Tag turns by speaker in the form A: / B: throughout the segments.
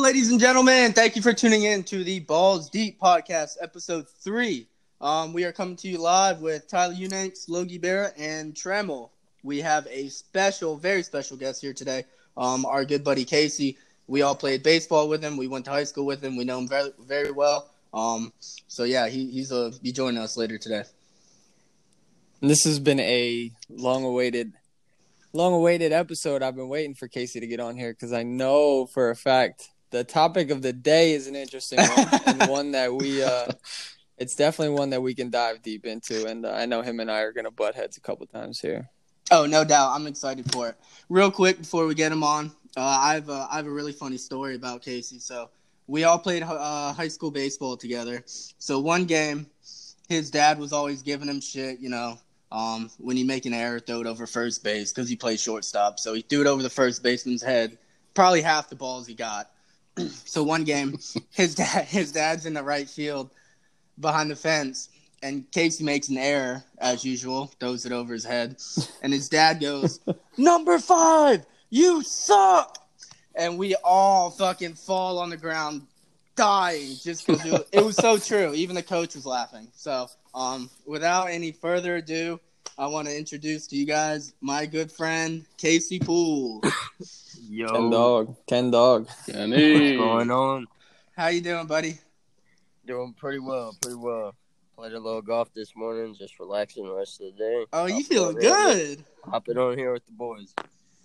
A: ladies and gentlemen. Thank you for tuning in to the Balls Deep Podcast, episode three. Um, we are coming to you live with Tyler Unanks, Logie Berra, and Tremel. We have a special, very special guest here today. Um, our good buddy Casey. We all played baseball with him. We went to high school with him. We know him very, very well. Um, so yeah, he, he's uh, be joining us later today.
B: This has been a long-awaited, long-awaited episode. I've been waiting for Casey to get on here because I know for a fact the topic of the day is an interesting one and one that we, uh, it's definitely one that we can dive deep into. And uh, I know him and I are gonna butt heads a couple times here.
A: Oh, no doubt. I'm excited for it. Real quick before we get him on, uh, I have a, I have a really funny story about Casey. So we all played uh, high school baseball together. So one game, his dad was always giving him shit, you know, um, when he make an error, throw it over first base because he plays shortstop. So he threw it over the first baseman's head, probably half the balls he got. so one game, his dad his dad's in the right field behind the fence, and Casey makes an error as usual, throws it over his head, and his dad goes, "Number five, you suck!" And we all fucking fall on the ground, dying, just because it, it was so true. Even the coach was laughing. So, um, without any further ado, I want to introduce to you guys my good friend Casey Poole.
B: Ken
C: Yo,
B: Dog, Ken Dog.
C: what's going on?
A: How you doing, buddy?
C: Doing pretty well, pretty well. Played a little golf this morning, just relaxing the rest of the day.
A: Oh, you
C: Hopping
A: feeling
C: on here with-
A: good?
C: Hopping on here with the boys.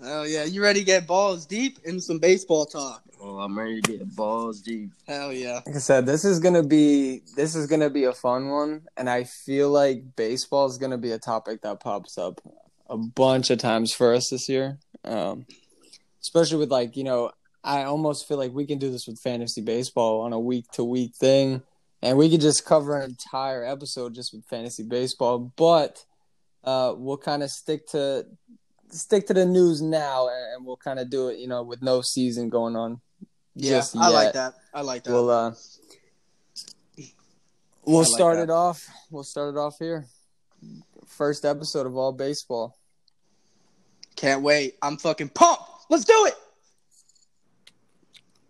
A: Oh yeah, you ready to get balls deep in some baseball talk?
C: Oh, I'm ready to get balls deep.
A: Hell yeah.
B: Like I said, this is gonna be this is gonna be a fun one, and I feel like baseball is gonna be a topic that pops up a bunch of times for us this year. Um, especially with like you know, I almost feel like we can do this with fantasy baseball on a week to week thing, and we could just cover an entire episode just with fantasy baseball. But uh, we'll kind of stick to stick to the news now, and, and we'll kind of do it you know with no season going on.
A: Yeah,
B: just
A: I like
B: yet.
A: that. I like that.
B: We'll uh, we'll
A: like
B: start
A: that.
B: it off. We'll start it off here. First episode of all baseball.
A: Can't wait. I'm fucking pumped. Let's do it.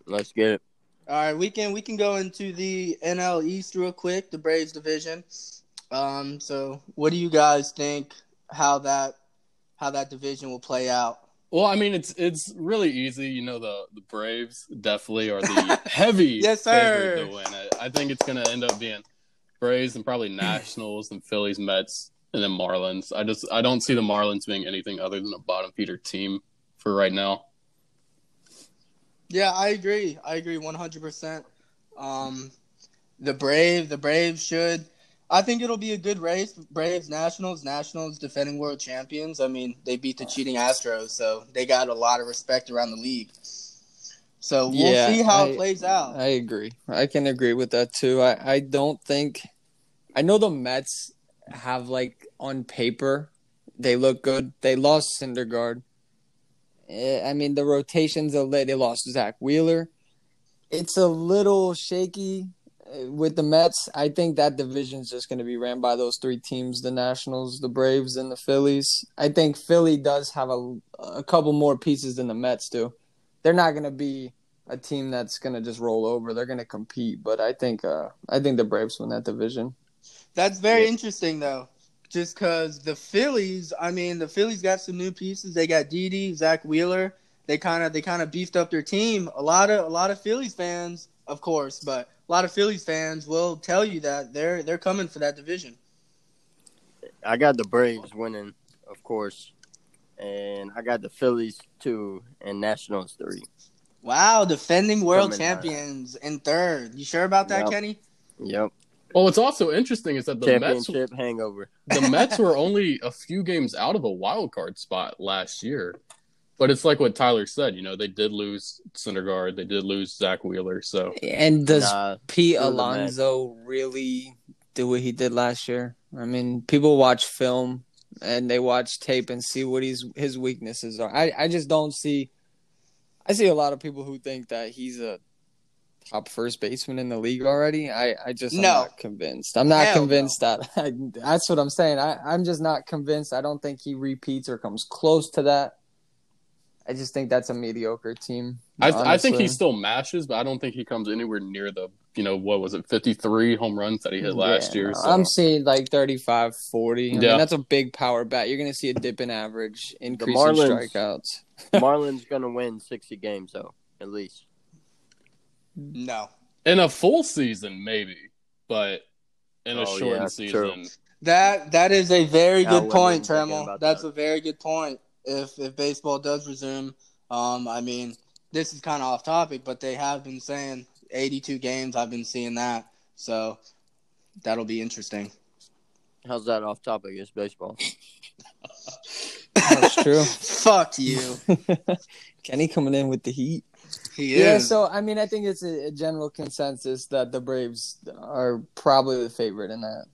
C: Let's get it.
A: All right, we can we can go into the NL East real quick, the Braves division. Um, so what do you guys think how that how that division will play out?
D: Well, I mean, it's it's really easy. You know, the the Braves definitely are the heavy
A: Yes,
D: favorite
A: sir.
D: to win. I, I think it's going to end up being Braves and probably Nationals and Phillies, Mets, and then Marlins. I just I don't see the Marlins being anything other than a bottom feeder team for right now.
A: Yeah, I agree. I agree 100%. Um, the Brave, the Braves should. I think it'll be a good race. Braves, Nationals, Nationals defending world champions. I mean, they beat the cheating Astros, so they got a lot of respect around the league. So we'll
B: Yeah,
A: see how
B: I-
A: it plays out.
B: I agree. I can agree with that too. I, I don't think I know the Mets have like on paper they look good. They lost Syndergaard. Eh, I mean the rotations are late. They lost Zach Wheeler. It's a little shaky eh, with the Mets. I think that division's just going to be ran by those three teams: the Nationals, the Braves, and the Phillies. I think Philly does have a a couple more pieces than the Mets do. They're not going to be a team that's gonna just roll over. They're gonna compete, but I think uh, I think the Braves win that division.
A: That's very
C: Yeah.
A: interesting, though, just because the Phillies. I mean, the Phillies got some new pieces. They got Didi, Zach Wheeler. They kind of they kind of beefed up their team. A lot of a lot of Phillies fans, of course, but a lot of Phillies fans will tell you that they're they're coming for that division.
C: I got the Braves winning, of course, and I got the Phillies two and Nationals three.
A: Wow, defending world
C: Coming hard.
A: champions in third. You sure about that,
C: Yep.
A: Kenny?
C: Yep,
D: Well, what's also interesting is that the Mets
C: championship hangover.
D: the Mets were only a few games out of a wild card spot last year. But it's like what Tyler said. You know, they did lose Syndergaard. They did lose Zach Wheeler. So
B: And does
C: Nah,
B: Pete
C: who the
B: Alonso really do what he did last year? I mean, people watch film and they watch tape and see what he's his weaknesses are. I, I just don't see. I see a lot of people who think that he's a top first baseman in the league already. I I just I'm
A: No.
B: not convinced. I'm not
A: Hell no.
B: convinced that. I, that's what I'm saying. I I'm just not convinced. I don't think he repeats or comes close to that. I just think that's a mediocre team.
D: I, th- I think
B: honestly.
D: he still mashes, but I don't think he comes anywhere near the you know what was it fifty three home runs that he hit last
B: Yeah,
D: year.
B: no,
D: So.
B: I'm seeing like 35, 40. I mean,
D: Yeah.
B: that's a big power bat. You're going to see a dip in average, increase in
C: Marlins-
B: strikeouts.
C: Marlins gonna win sixty games though, at least.
A: No,
D: in a full season maybe, but in a
C: Oh,
D: shortened
C: yeah,
D: season,
C: true.
A: that that is a very
C: Yeah, I
A: good
C: wasn't
A: point,
C: even thinking
A: Tremel.
C: about
A: That's
C: that.
A: a very good point. If if baseball does resume, um, I mean, this is kind of off topic, but they have been saying 82 games. I've been seeing that, so that'll be interesting.
C: How's that off topic? It's baseball.
B: That's true.
A: Fuck you.
B: Kenny coming in with the heat.
A: He
B: Yeah,
A: is.
B: so I mean, I think it's a, a general consensus that the Braves are probably the favorite in that.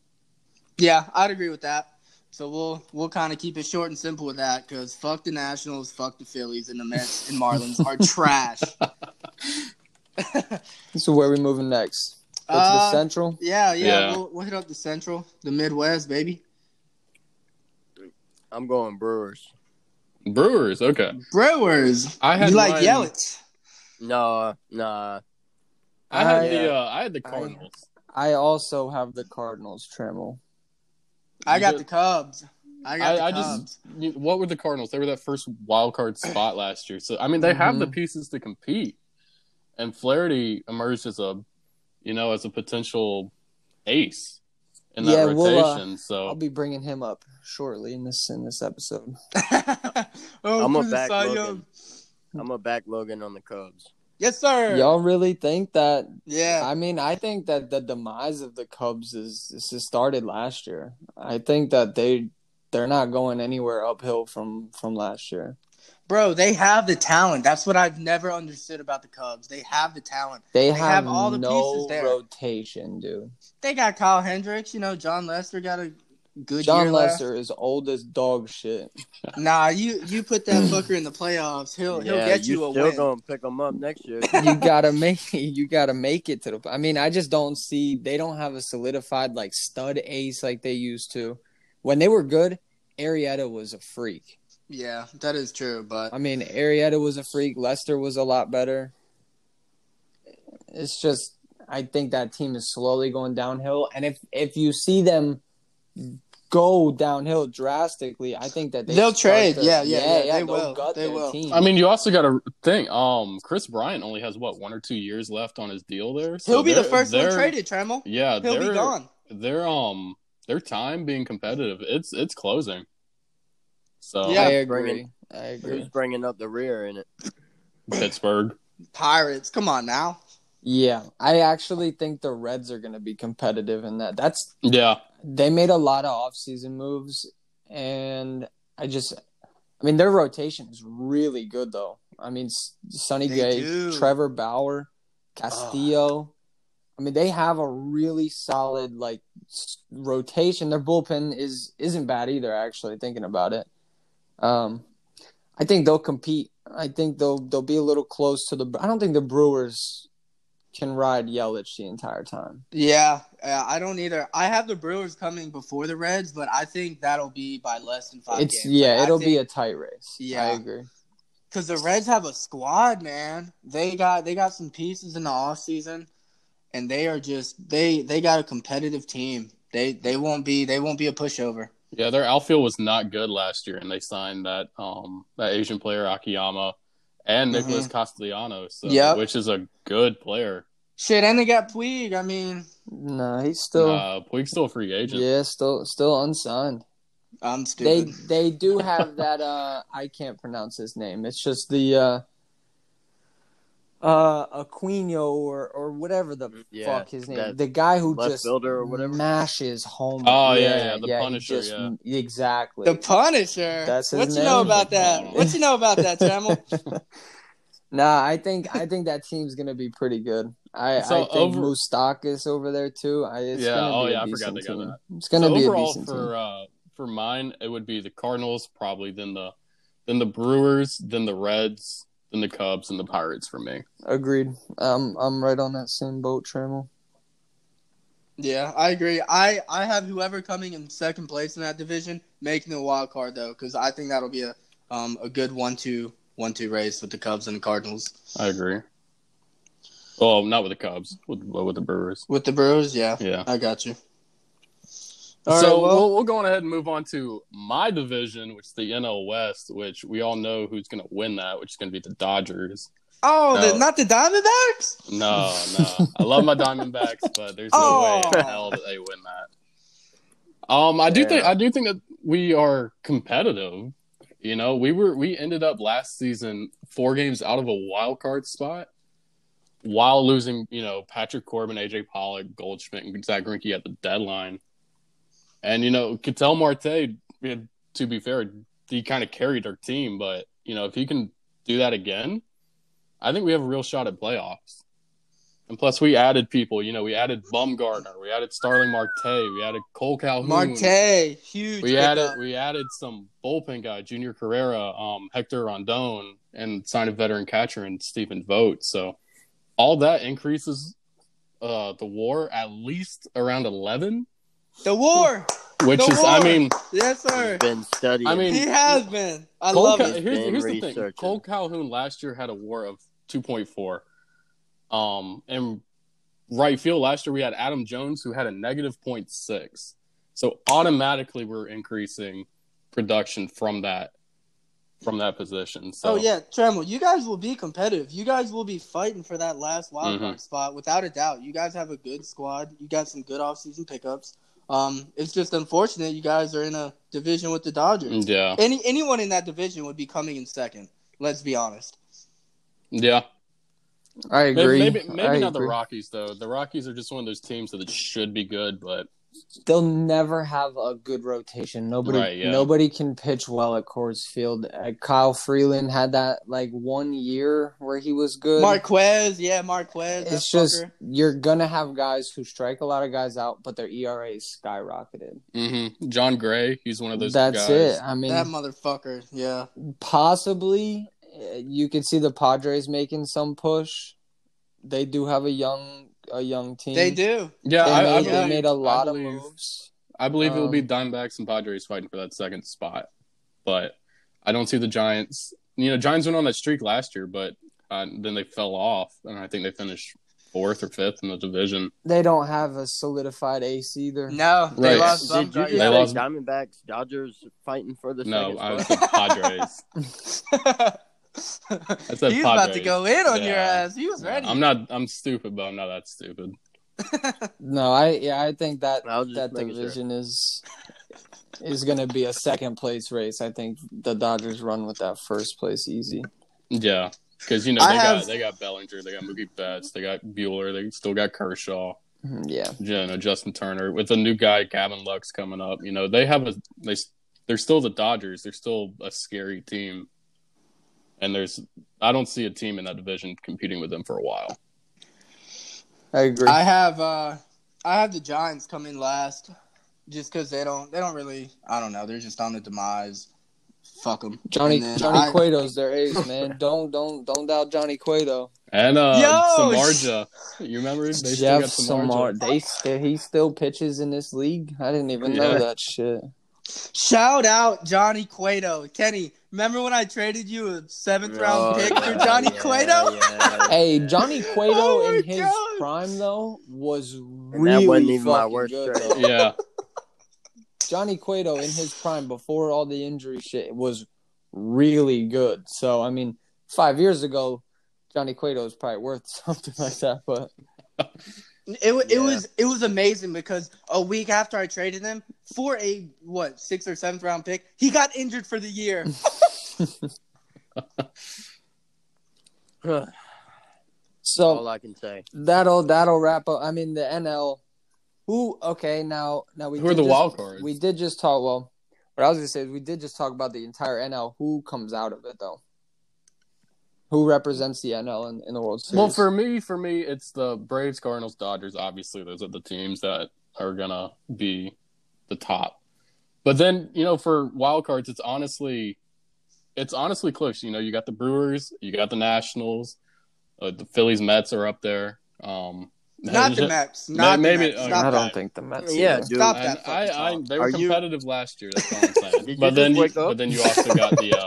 A: Yeah, I'd agree with that. So we'll we'll kind of keep it short and simple with that because fuck the Nationals, fuck the Phillies, and the Mets and Marlins are trash.
B: So where are we moving next? Go to
A: Uh,
B: the Central.
A: yeah, yeah,
D: Yeah.
A: We'll, we'll hit up the Central, the Midwest, baby.
C: I'm going Brewers.
D: Brewers okay.
A: Brewers.
D: I had
A: you like
D: mine-
A: Yelich?
C: No, nah.
D: I had
B: I-
D: the uh, I had the Cardinals.
B: I also have the Cardinals. Trammell.
A: I got
D: Ju-
A: the Cubs. I got
D: I-
A: the
D: I just-
A: Cubs.
D: You- what were the Cardinals? They were that first wild card spot last year. So I mean, they have the pieces to compete, and Flaherty emerged as a, you know, as a potential ace in that
B: Yeah,
D: rotation.
B: we'll, uh,
D: so
B: I'll be bringing him up shortly in this in this episode.
A: oh,
C: I'm a
A: for the
C: back
A: Cy
C: Logan.
A: Young.
C: I'm gonna back Logan on the Cubs.
A: Yes, sir.
B: Y'all really think that
A: Yeah.
B: I mean, I think that the demise of the Cubs is, is is started last year. I think that they they're not going anywhere uphill from from last year.
A: Bro, they have the talent. That's what I've never understood about the Cubs. They have the talent.
B: They, have,
A: have all the
B: no
A: pieces there.
B: rotation, dude.
A: They got Kyle Hendricks. You know, John Lester got a good
B: John
A: year last
B: Lester is old as dog shit.
A: Nah, you you put that fucker in the playoffs, he'll he'll get you, a
C: still
A: win.
C: gonna pick them up next year.
B: You gotta make you gotta make it to the. I mean, I just don't see they don't have a solidified like stud ace like they used to. When they were good, Arietta was a freak.
A: Yeah, that is true, but
B: I mean, Arietta was a freak. Lester was a lot better. It's just, I think that team is slowly going downhill. And if if you see them go downhill drastically, I think that they
A: They'll
B: start
A: trade. Yeah, yeah, yeah, they
B: they'll
A: will.
B: gut
A: They
B: their
A: will.
B: team.
D: I mean, you also got to think. Um, Chris Bryant only has what one or two years left on his deal there. So
A: he'll be the
D: they're-
A: 1st one
D: they're-
A: traded, Trammell.
D: Yeah,
A: He'll
D: they're,
A: be gone.
D: Their um, their time being competitive, it's it's closing. So
A: Yeah.
B: I
C: bring
B: agree. I
C: Who's
B: agree.
C: bringing up the rear in it?
D: Pittsburgh.
A: Pirates, come on now.
B: Yeah, I actually think the Reds are going to be competitive in that. That's
D: Yeah,
B: they made a lot of offseason moves and i just i mean their rotation is really good though i mean S- sonny
A: They
B: gay
A: do.
B: trevor bauer castillo i mean they have a really solid like s- rotation their bullpen is isn't bad either actually thinking about it um i think they'll compete i think they'll they'll be a little close to the i don't think the brewers can ride yelich the entire time
A: Yeah, uh, I don't either. I have the Brewers coming before the Reds, but I think that'll be by less than five.
B: It's yeah, it'll be
A: a
B: a tight race. Yeah, I
A: Yeah.
B: agree.
A: because the Reds have a squad, man. They got they got some pieces in the offseason, and they are just they they got a competitive team. They they won't be they won't be a pushover.
D: yeah, their outfield was not good last year, and they signed that um that Asian player Akiyama and Nicholas Castellanos, so,
A: Mm-hmm. Yep.
D: which is a good player.
A: Shit, and they got Puig. I mean,
B: No, he's still
D: uh, Puig's still a free agent.
B: yeah, still still unsigned.
A: I'm
B: They
A: stupid.
B: they do have that. uh I can't pronounce his name. It's just the uh uh Aquino or or whatever the
C: Yeah,
B: fuck his name.
C: that
B: The guy who
C: left
B: just
C: fielder or whatever?
B: mashes home.
D: Oh, yeah, yeah, the
B: he
D: Punisher, yeah.
B: exactly.
A: The Punisher.
B: That's his
A: what you know
B: name.
A: about that? What you know about that, Trammell?
B: Nah, I think I think that team's gonna be pretty good. I,
D: So
B: I think
D: over-
B: Moustakis over there too. I, it's
D: Yeah,
B: Gonna
D: oh
B: be a
D: yeah, I
B: decent
D: forgot they got
B: team.
D: that.
B: It's gonna
D: so
B: be a
D: overall
B: decent
D: for
B: team.
D: uh, for mine, it would be the Cardinals probably, then the then the Brewers, then the Reds, then the Cubs, and the Pirates for me.
B: Agreed. Um, I'm right on that same boat, Trammell.
A: Yeah, I agree. I I have whoever coming in second place in that division making the wild card though, because I think that'll be a um a good one two one-two one-two race with the Cubs and the Cardinals.
D: I agree. Oh, not with the Cubs, with with the Brewers.
A: With the Brewers, yeah,
D: Yeah.
A: I got you.
D: So
A: All right, well-
D: we'll we'll go on ahead and move on to my division, which is the NL West, which we all know who's going to win that, which is going to be the Dodgers.
A: Oh,
D: No.
A: the, not the Diamondbacks.
D: No, no, I love my Diamondbacks, but there's no way in
A: Oh.
D: hell that they win that. Um, I do think
C: Yeah.
D: I do think that we are competitive. You know, we were we ended up last season four games out of a wild card spot, while losing you know Patrick Corbin, AJ Pollock, Goldschmidt, and Zach Greinke at the deadline. And you know, Cattell Marte, yeah, to be fair, he kind of carried our team, but you know, if he can do that again, I think we have a real shot at playoffs. And plus, we added people. You know, we added Bumgarner, we added Starling Marte, we added Cole Calhoun,
A: Marte, huge.
D: we added
A: pickup.
D: we added some bullpen guy, Junior Carrera, um, Hector Rondon, and signed a veteran catcher and Stephen Vogt. So all that increases uh, the WAR at least around eleven,
A: the war.
D: which
A: The
D: is I
A: WAR!
D: mean
A: Yes, sir.
C: He's been studying.
D: I mean-
A: He has been. I
D: Cole
A: love
D: Ca-
A: it.
D: here's,
C: Been
D: here's the thing.
C: researching.
D: Cole Calhoun last year had a WAR of 2.4. Um, and right field last year we had Adam Jones who had a negative 0.6. So automatically we're increasing production from that from that position. So
A: Oh yeah, Tremble, you guys will be competitive. You guys will be fighting for that last wild
D: Mhm.
A: card spot without a doubt. You guys have a good squad. You got some good offseason pickups. Um, it's just unfortunate you guys are in a division with the Dodgers.
D: yeah,
A: Any anyone in that division would be coming in second. Let's be honest.
D: yeah.
B: I
D: Maybe
B: agree.
D: maybe, maybe
B: I
D: not the
B: agree.
D: Rockies though. The Rockies are just one of those teams that should be good, but
B: They'll never have a good rotation. Nobody,
D: Right, yeah.
B: nobody can pitch well at Coors Field. Uh, Kyle Freeland had that like one year where he was good.
A: Marquez, yeah, Marquez. that
B: it's just
A: fucker.
B: you're gonna have guys who strike a lot of guys out, but their E ERA is skyrocketed.
D: mhm. John Gray, he's one of those.
B: Mm-hmm. That's
D: guys.
B: it. I mean,
A: that motherfucker. Yeah.
B: possibly uh, you could see the Padres making some push. They do have a young a young team.
A: They do.
D: Yeah,
B: They
D: I, I
B: made, they
D: believe,
B: made a lot
D: I
B: of
D: believe-
B: moves.
D: I believe it'll be
B: Um,
D: Diamondbacks and Padres fighting for that second spot, but I don't see the Giants. You know, Giants went on that streak last year, but uh, then they fell off, and I think they finished fourth or fifth in the division.
B: They don't have a solidified ace either.
A: No, they
D: Right.
A: lost
C: Did you just
A: Bumgarner.
D: They
C: say
D: lost-
C: Diamondbacks, Dodgers fighting for the
D: No,
C: second
D: I was
C: spot?
D: the Padres.
A: He's about
D: said
A: to
D: Padres.
A: go in on your
D: Yeah.
A: ass. He was ready.
D: I'm not. I'm stupid, but I'm not that stupid.
B: No, I yeah, I think that
C: I was just
B: that
C: making sure.
B: division is is going to be a second place race. I think the Dodgers run with that first place easy.
D: Yeah, because you know
A: I
D: they
A: have-
D: got they got Bellinger, they got Mookie Betts, they got Bueller, they still got Kershaw.
B: Mhm, Yeah.
D: you know Justin Turner with the new guy Gavin Lux coming up. You know they have a they they're still the Dodgers. They're still a scary team, and there's I don't see a team in that division competing with them for a while.
B: I agree.
A: I have uh, I have the Giants come in last, just because they don't they don't really I don't know they're just on the demise. Fuck them,
B: Johnny Johnny Cueto's their ace, man. don't don't don't doubt Johnny Cueto.
D: And uh,
A: Yo!
D: Samarja, you remember they still
B: Jeff
D: got
B: Samar,
D: Samarja.
B: they st- he still pitches in this league. I didn't even
D: Yeah.
B: know that shit.
A: Shout out Johnny Cueto, Kenny. Remember when I traded you a seventh round
C: Oh,
A: pick for
C: yeah,
A: Johnny
C: yeah,
A: Cueto?
C: yeah,
B: Hey,
C: yeah.
B: Johnny Cueto
A: Oh my
B: in his
A: God.
B: prime though was
C: that
B: really
C: wasn't even my
B: fucking
C: worst
B: good.
C: trade.
B: though.
D: Yeah,
B: Johnny Cueto in his prime before all the injury shit was really good. So I mean, five years ago, Johnny Cueto was probably worth something like that. But
A: It, wa- it
C: Yeah.
A: was it was amazing because a week after I traded him for a what sixth or seventh round pick, he got injured for the year.
B: so
C: All I can say.
B: that'll that'll wrap up. I mean, the NL. Who? Okay, now now we
D: Who are
B: did
D: the
B: just,
D: wild cards?
B: We did just talk. Well, what I was gonna say is we did just talk about the entire NL. Who comes out of it though? Who represents the NL in, in the World Series?
D: well, for me, for me, it's the Braves, Cardinals, Dodgers. Obviously, those are the teams that are gonna be the top. But then, you know, for wild cards, it's honestly, it's honestly close. You know, you got the Brewers, you got the Nationals, uh, the Phillies, Mets are up there. Um,
A: Not the Mets. Not the
D: maybe-
A: Mets.
C: uh,
D: okay.
A: Stop
B: I
A: that.
B: don't think the Mets.
C: Yeah,
B: either.
C: dude.
A: Stop
D: And
A: that
D: I,
A: fucking
D: I,
A: talk.
D: they were
C: Are you-
D: competitive last year. That's all I'm saying.
C: Did you
D: but then,
C: just wake
D: you,
C: up?
D: but then you also got the,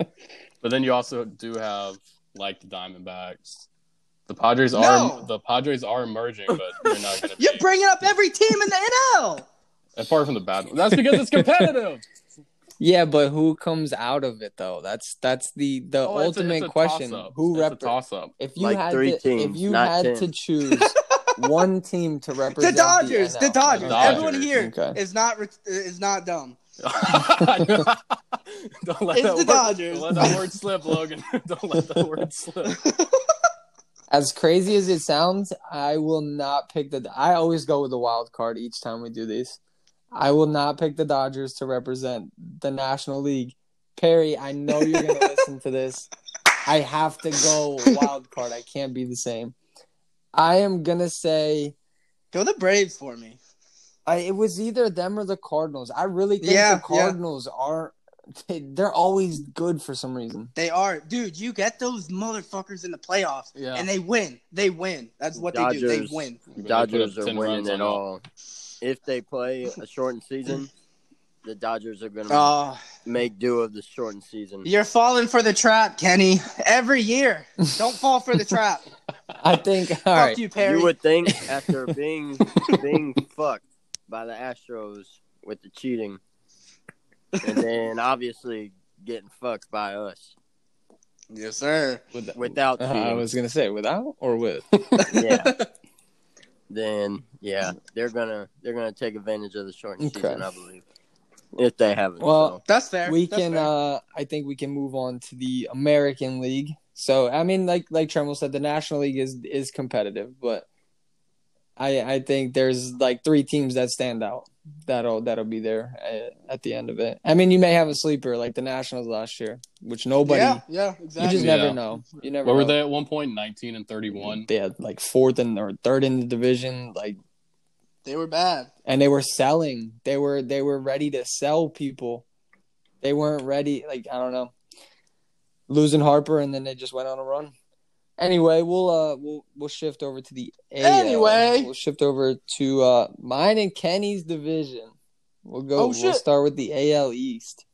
D: uh, But then you also do have like the Diamondbacks. The Padres
A: No.
D: are the Padres are emerging, but you're not going to be
A: You're bringing up every team in the NL.
D: apart from the bad. one. That's because it's competitive.
B: Yeah, but who comes out of it though? That's that's the the
D: Oh, it's a-
B: ultimate
D: it's a
B: question.
D: toss-up.
B: Who
D: It's a
B: represents?
D: toss up?
B: If you
C: Like
B: had
C: three
B: to, if
C: teams,
B: you
C: not
B: had
C: ten.
B: to choose one team to
A: The
B: represent
A: Dodgers, the
B: NL.
A: Dodgers.
D: Dodgers.
A: Everyone here is
B: Okay.
A: not re- is not dumb.
D: Don't let
A: It's
D: that
A: the
D: word,
A: Dodgers.
D: Don't let that word slip, Logan. Don't let that word slip.
B: As crazy as it sounds, I will not pick the. I always go with the wild card each time we do these. I will not pick the Dodgers to represent the National League. Perry, I know you're going to listen to this. I have to go wild card. I can't be the same. I am going to say
A: Go the Braves for me.
B: I, it was either them or the Cardinals. I really think
A: Yeah, yeah.
B: the Cardinals are. They, they're always good for some reason.
A: They are, dude. You get those motherfuckers in the playoffs,
D: Yeah.
A: and they win. They win. That's what they do.
C: Dodgers.
A: They win.
D: They put
C: Dodgers
D: up
C: are
D: 10
C: winning
D: runs
C: it
D: on
C: all. If they play a shortened season, the Dodgers are going to
A: Oh,
C: make do of the shortened season.
A: you're falling for the trap, Kenny. Every year, don't fall for the trap.
B: I think. All
A: Fuck
B: right.
A: you, Perry.
C: You would think after being being fucked by the Astros with the cheating, and then obviously getting fucked by us
A: Yes, sir.
D: With that-
C: without
B: Uh,
C: cheating,
B: I was going to say without or with.
C: yeah. Then yeah, they're gonna they're gonna take advantage of the shortened
B: Okay.
C: season, I believe, if they haven't.
B: Well,
A: That's fair.
B: we
A: That's
B: can
A: fair.
B: uh i think we can move on to the american league so i mean like like tremble said the national league is is competitive but i i think there's like three teams that stand out that'll that'll be there at, at the end of it i mean you may have a sleeper like the nationals last year which nobody
A: yeah, yeah,
B: you
A: exactly.
B: just
D: Yeah.
B: never know you never
D: What were
B: know.
D: they at one point? Nineteen and thirty-one.
B: they had like fourth and or third in the division like
A: they were bad.
B: and they were selling they were they were ready to sell people they weren't ready like i don't know losing harper and then they just went on a run anyway we'll uh we'll we'll shift over to the AL.
A: Anyway.
B: we'll shift over to uh mine and kenny's division we'll go
A: Oh,
B: we'll
A: shit.
B: start with the al east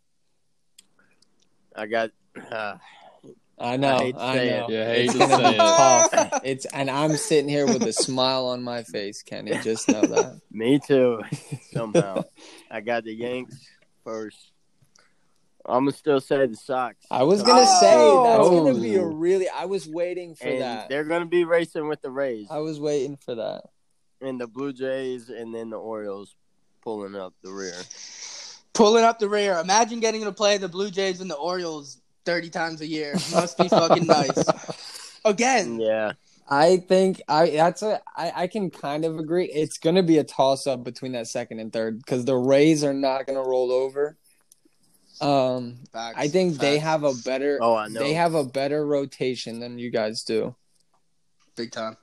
C: I got uh,
B: i know
C: I hate to
B: i,
C: say
B: know
C: it.
D: Yeah, hate
B: it's
D: to
B: gonna
D: say
B: be
D: it.
B: tough it's and i'm sitting here with a smile on my face kenny just know that
C: me too. Somehow, I got the Yanks first. I'm gonna still say the Sox.
B: i was gonna
A: Oh.
B: say that's gonna be a
C: Oh.
B: really i was waiting for
C: and
B: that
C: they're gonna be racing with the Rays.
B: I was waiting for that.
C: and the Blue Jays, and then the Orioles pulling up the rear.
A: Pulling up the rear. Imagine getting to play the Blue Jays and the Orioles thirty times a year. Must be fucking nice. Again,
C: Yeah,
B: I think I that's a I, I can kind of agree. It's gonna be a toss up between that second and third because the Rays are not gonna roll over. Um,
A: Facts,
B: I think they
A: facts.
B: have a better.
C: Oh, I know.
B: They have a better rotation than you guys do.
A: big time.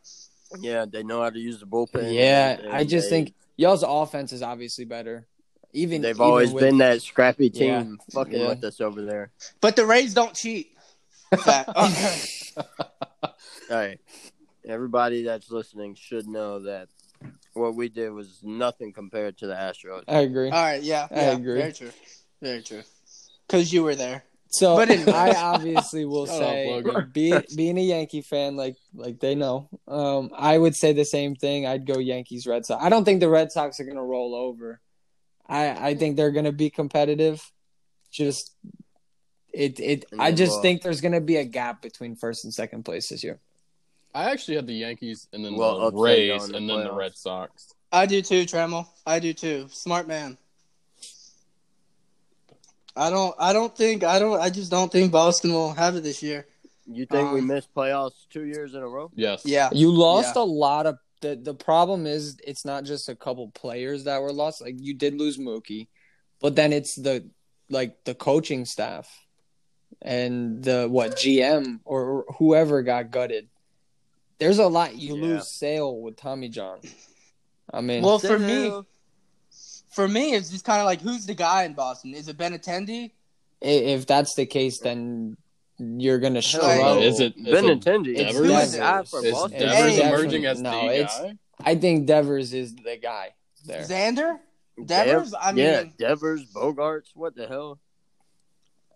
C: yeah, they know how to use the bullpen.
B: yeah,
C: and
B: I just
C: they-
B: think y'all's offense is obviously better. Even
C: they've
B: even
C: always
B: with-
C: been that scrappy team
B: Yeah.
C: fucking
B: Yeah.
C: with us over there.
A: But the Rays don't cheat. Fact.
C: All right, everybody that's listening should know that what we did was nothing compared to the Astros.
B: I agree.
A: All right, yeah,
B: I
A: yeah,
B: agree.
A: Very true. Very true. Because you were there.
B: So
A: But anyway.
B: I obviously will
D: Shut
B: say,
D: up, Logan.
B: be, being a Yankee fan, like like they know, um, I would say the same thing. I'd go Yankees, Red Sox. I don't think the Red Sox are going to roll over. I I think they're going to be competitive. Just it it.
C: And
B: I
C: they
B: just
C: will.
B: think there's going to be a gap between first and second place this year.
D: I actually had the Yankees and then
C: Well,
D: the
C: upset
D: Rays
C: going to
D: and then the
C: playoffs.
D: Red Sox.
A: I do too, Trammell. I do too. Smart man. I don't. I don't think. I don't. I just don't think Boston will have it this year.
C: You think we
A: Um,
C: missed playoffs two years in a row?
D: Yes.
A: Yeah.
B: You lost a lot of the the problem is it's not just a couple players that were lost. Like you did lose Mookie, but then it's the like the coaching staff and the what GM or whoever got gutted. There's a lot you
C: Yeah.
B: lose Sale with Tommy John. I mean,
A: Well, for me, for me, it's just kind of like who's the guy in Boston? Is it Ben Attendee?
B: i- if that's the case, then you're gonna
C: Hell
B: struggle.
C: no.
D: Is it? Is it
C: Benintendi.
B: It's
D: Devers?
C: Who's the guy
B: Devers.
C: for
D: is
C: Boston?
D: Devers
A: Hey.
D: emerging as
B: No,
D: the
B: it's-
D: guy?
B: I think Devers is the guy there.
A: Xander? Devers? I mean,
C: yeah, Devers, Bogarts. What the hell?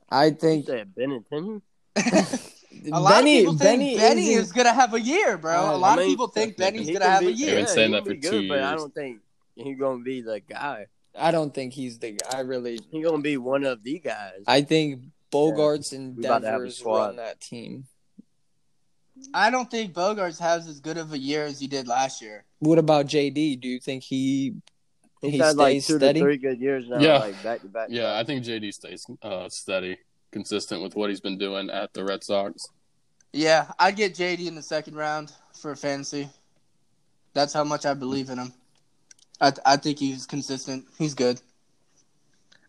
B: I
C: You
B: think
C: said Benintendi?
A: A lot
B: Benny,
A: of people think
B: Benny,
A: Benny,
B: isn't-
A: is gonna have a year, bro.
B: Uh,
A: a lot
C: I mean,
A: of people think Benny's
C: He
A: gonna
C: can
A: have
C: be-
A: a
D: They've
A: year.
D: been saying
C: he
D: that
C: can be
D: for
C: good,
D: two
C: But I
D: years.
C: don't think he's gonna be the guy.
B: I don't think he's the. I really.
C: He's gonna be one of the guys.
B: I think Bogarts and
C: We about to have a
B: Devers
C: squad.
B: run that team.
A: I don't think Bogarts has as good of a year as he did last year.
B: What about JD? Do you think he?
C: he's
B: he
C: had like
B: stays
C: two
B: steady?
C: to three good years now,
D: Yeah.
C: like back to back.
D: Yeah, I think JD stays uh, steady, consistent with what he's been doing at the Red Sox.
A: Yeah, I'd get JD in the second round for fantasy. That's how much I believe in him. I I think he's consistent. He's good.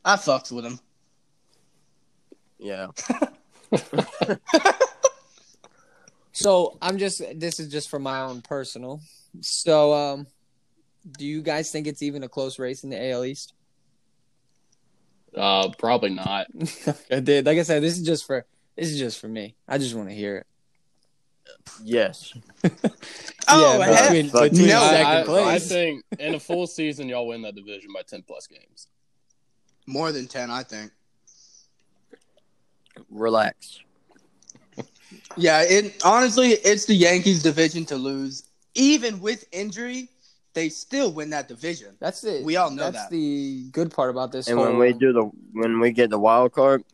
A: I fucks with him.
C: Yeah.
B: So I'm just. This is just for my own personal. So, um, do you guys think it's even a close race in the AL East?
D: Uh, probably not.
B: I did. Like I said, this is just for. This is just for me. I just want to hear it.
C: Yes.
A: Oh,
B: Yeah,
A: heck,
B: between,
C: but
B: between
A: no,
B: second
D: I, I, I
B: place.
D: think in a full season, y'all win that division by ten plus games.
A: more than ten, I think.
C: Relax.
A: Yeah, it honestly, it's the Yankees' division to lose. Even with injury, they still win that division.
B: That's it.
A: We all know
B: That's
A: that.
B: the good part about this.
C: And
B: whole,
C: when we do the when we get the wild card,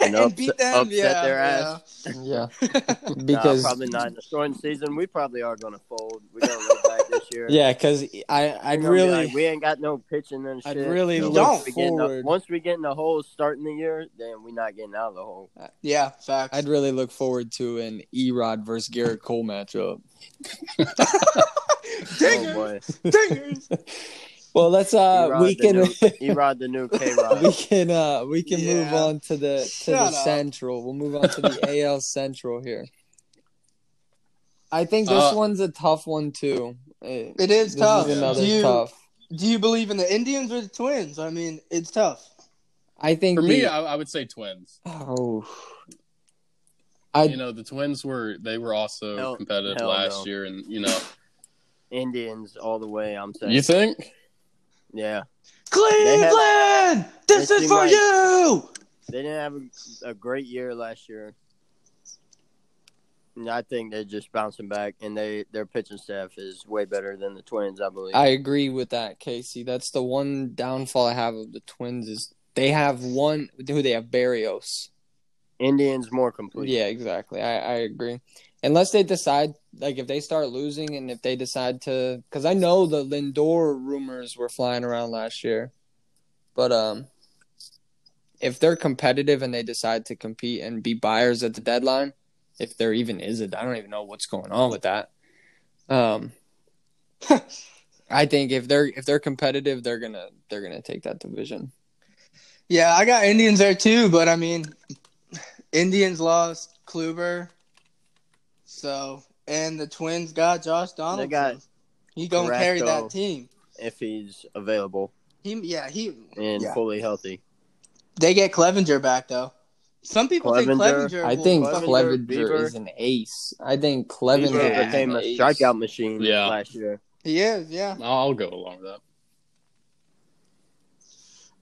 A: and
C: ups-
A: beat them,
C: upset
A: yeah,
C: their
A: yeah.
B: yeah,
C: nah,
B: because
C: probably not in the starting season. We probably are gonna fold. We're gonna look back this year.
B: yeah, because I
C: We're
B: I'd
C: gonna be
B: really
C: like, we ain't got no pitching and
B: I'd
C: shit.
B: really
A: You
B: look
A: don't.
C: we get in the-
B: forward.
C: once we get in the hole starting the year, then we not getting out of the hole.
A: Yeah, facts.
B: I'd really look forward to an Erod versus Garrett Cole matchup.
C: Oh
A: dingers,
C: boy.
A: dingers.
B: Well, let's uh
C: Erod
B: we
C: the
B: can
C: New, Erod the new K
B: we
C: Rod.
B: can uh we can move
A: Yeah.
B: on to the to
A: Shut
B: the
A: up.
B: central. We'll move on to the AL Central here. I think this
D: Uh,
B: one's a tough one too. Eh,
A: It is
B: this
A: tough.
B: is another
A: do you
B: tough.
A: do you believe in the Indians or the Twins? I mean, it's tough.
B: I think
D: For me,
B: the-
D: I, I would say Twins.
B: oh, I
D: you know, the Twins were they were also
C: Hell-
D: competitive
C: hell
D: last
C: no.
D: year, and you know,
C: Indians all the way. I'm saying.
D: you think?
C: yeah. had-
A: Cleveland, this
C: they
A: is
C: seem
A: for
C: like-
A: you.
C: They didn't have a, a great year last year. And I think they're just bouncing back, and they their pitching staff is way better than the Twins, I believe.
B: I agree with that, Casey. That's the one downfall I have of the Twins is they have one who they have Barrios.
C: Indians more complete.
B: Yeah, exactly. I, I agree. Unless they decide, like, if they start losing and if they decide to, because I know the Lindor rumors were flying around last year, but um, if they're competitive and they decide to compete and be buyers at the deadline, if there even is a, I don't even know what's going on with that. Um, I think if they're if they're competitive, they're gonna they're gonna take that division.
A: Yeah, I got Indians there too, but I mean, Indians lost Kluber, so and the Twins got Josh Donaldson.
C: got
A: he gonna carry
C: Carrasco.
A: that team.
C: If he's available
A: He yeah he
C: and
A: yeah.
C: fully healthy,
A: They get Clevenger back though. Some people think
C: Clevenger.
A: Clevenger.
B: I
A: will
B: think
A: fucking-
C: Clevenger,
B: Clevenger
C: Bieber.
B: is an ace. I think
C: Clevenger
B: Clevenger is
C: became
B: an
C: a
B: ace.
C: strikeout machine
D: Yeah.
C: last year.
A: he is. Yeah.
D: I'll, I'll go along with that.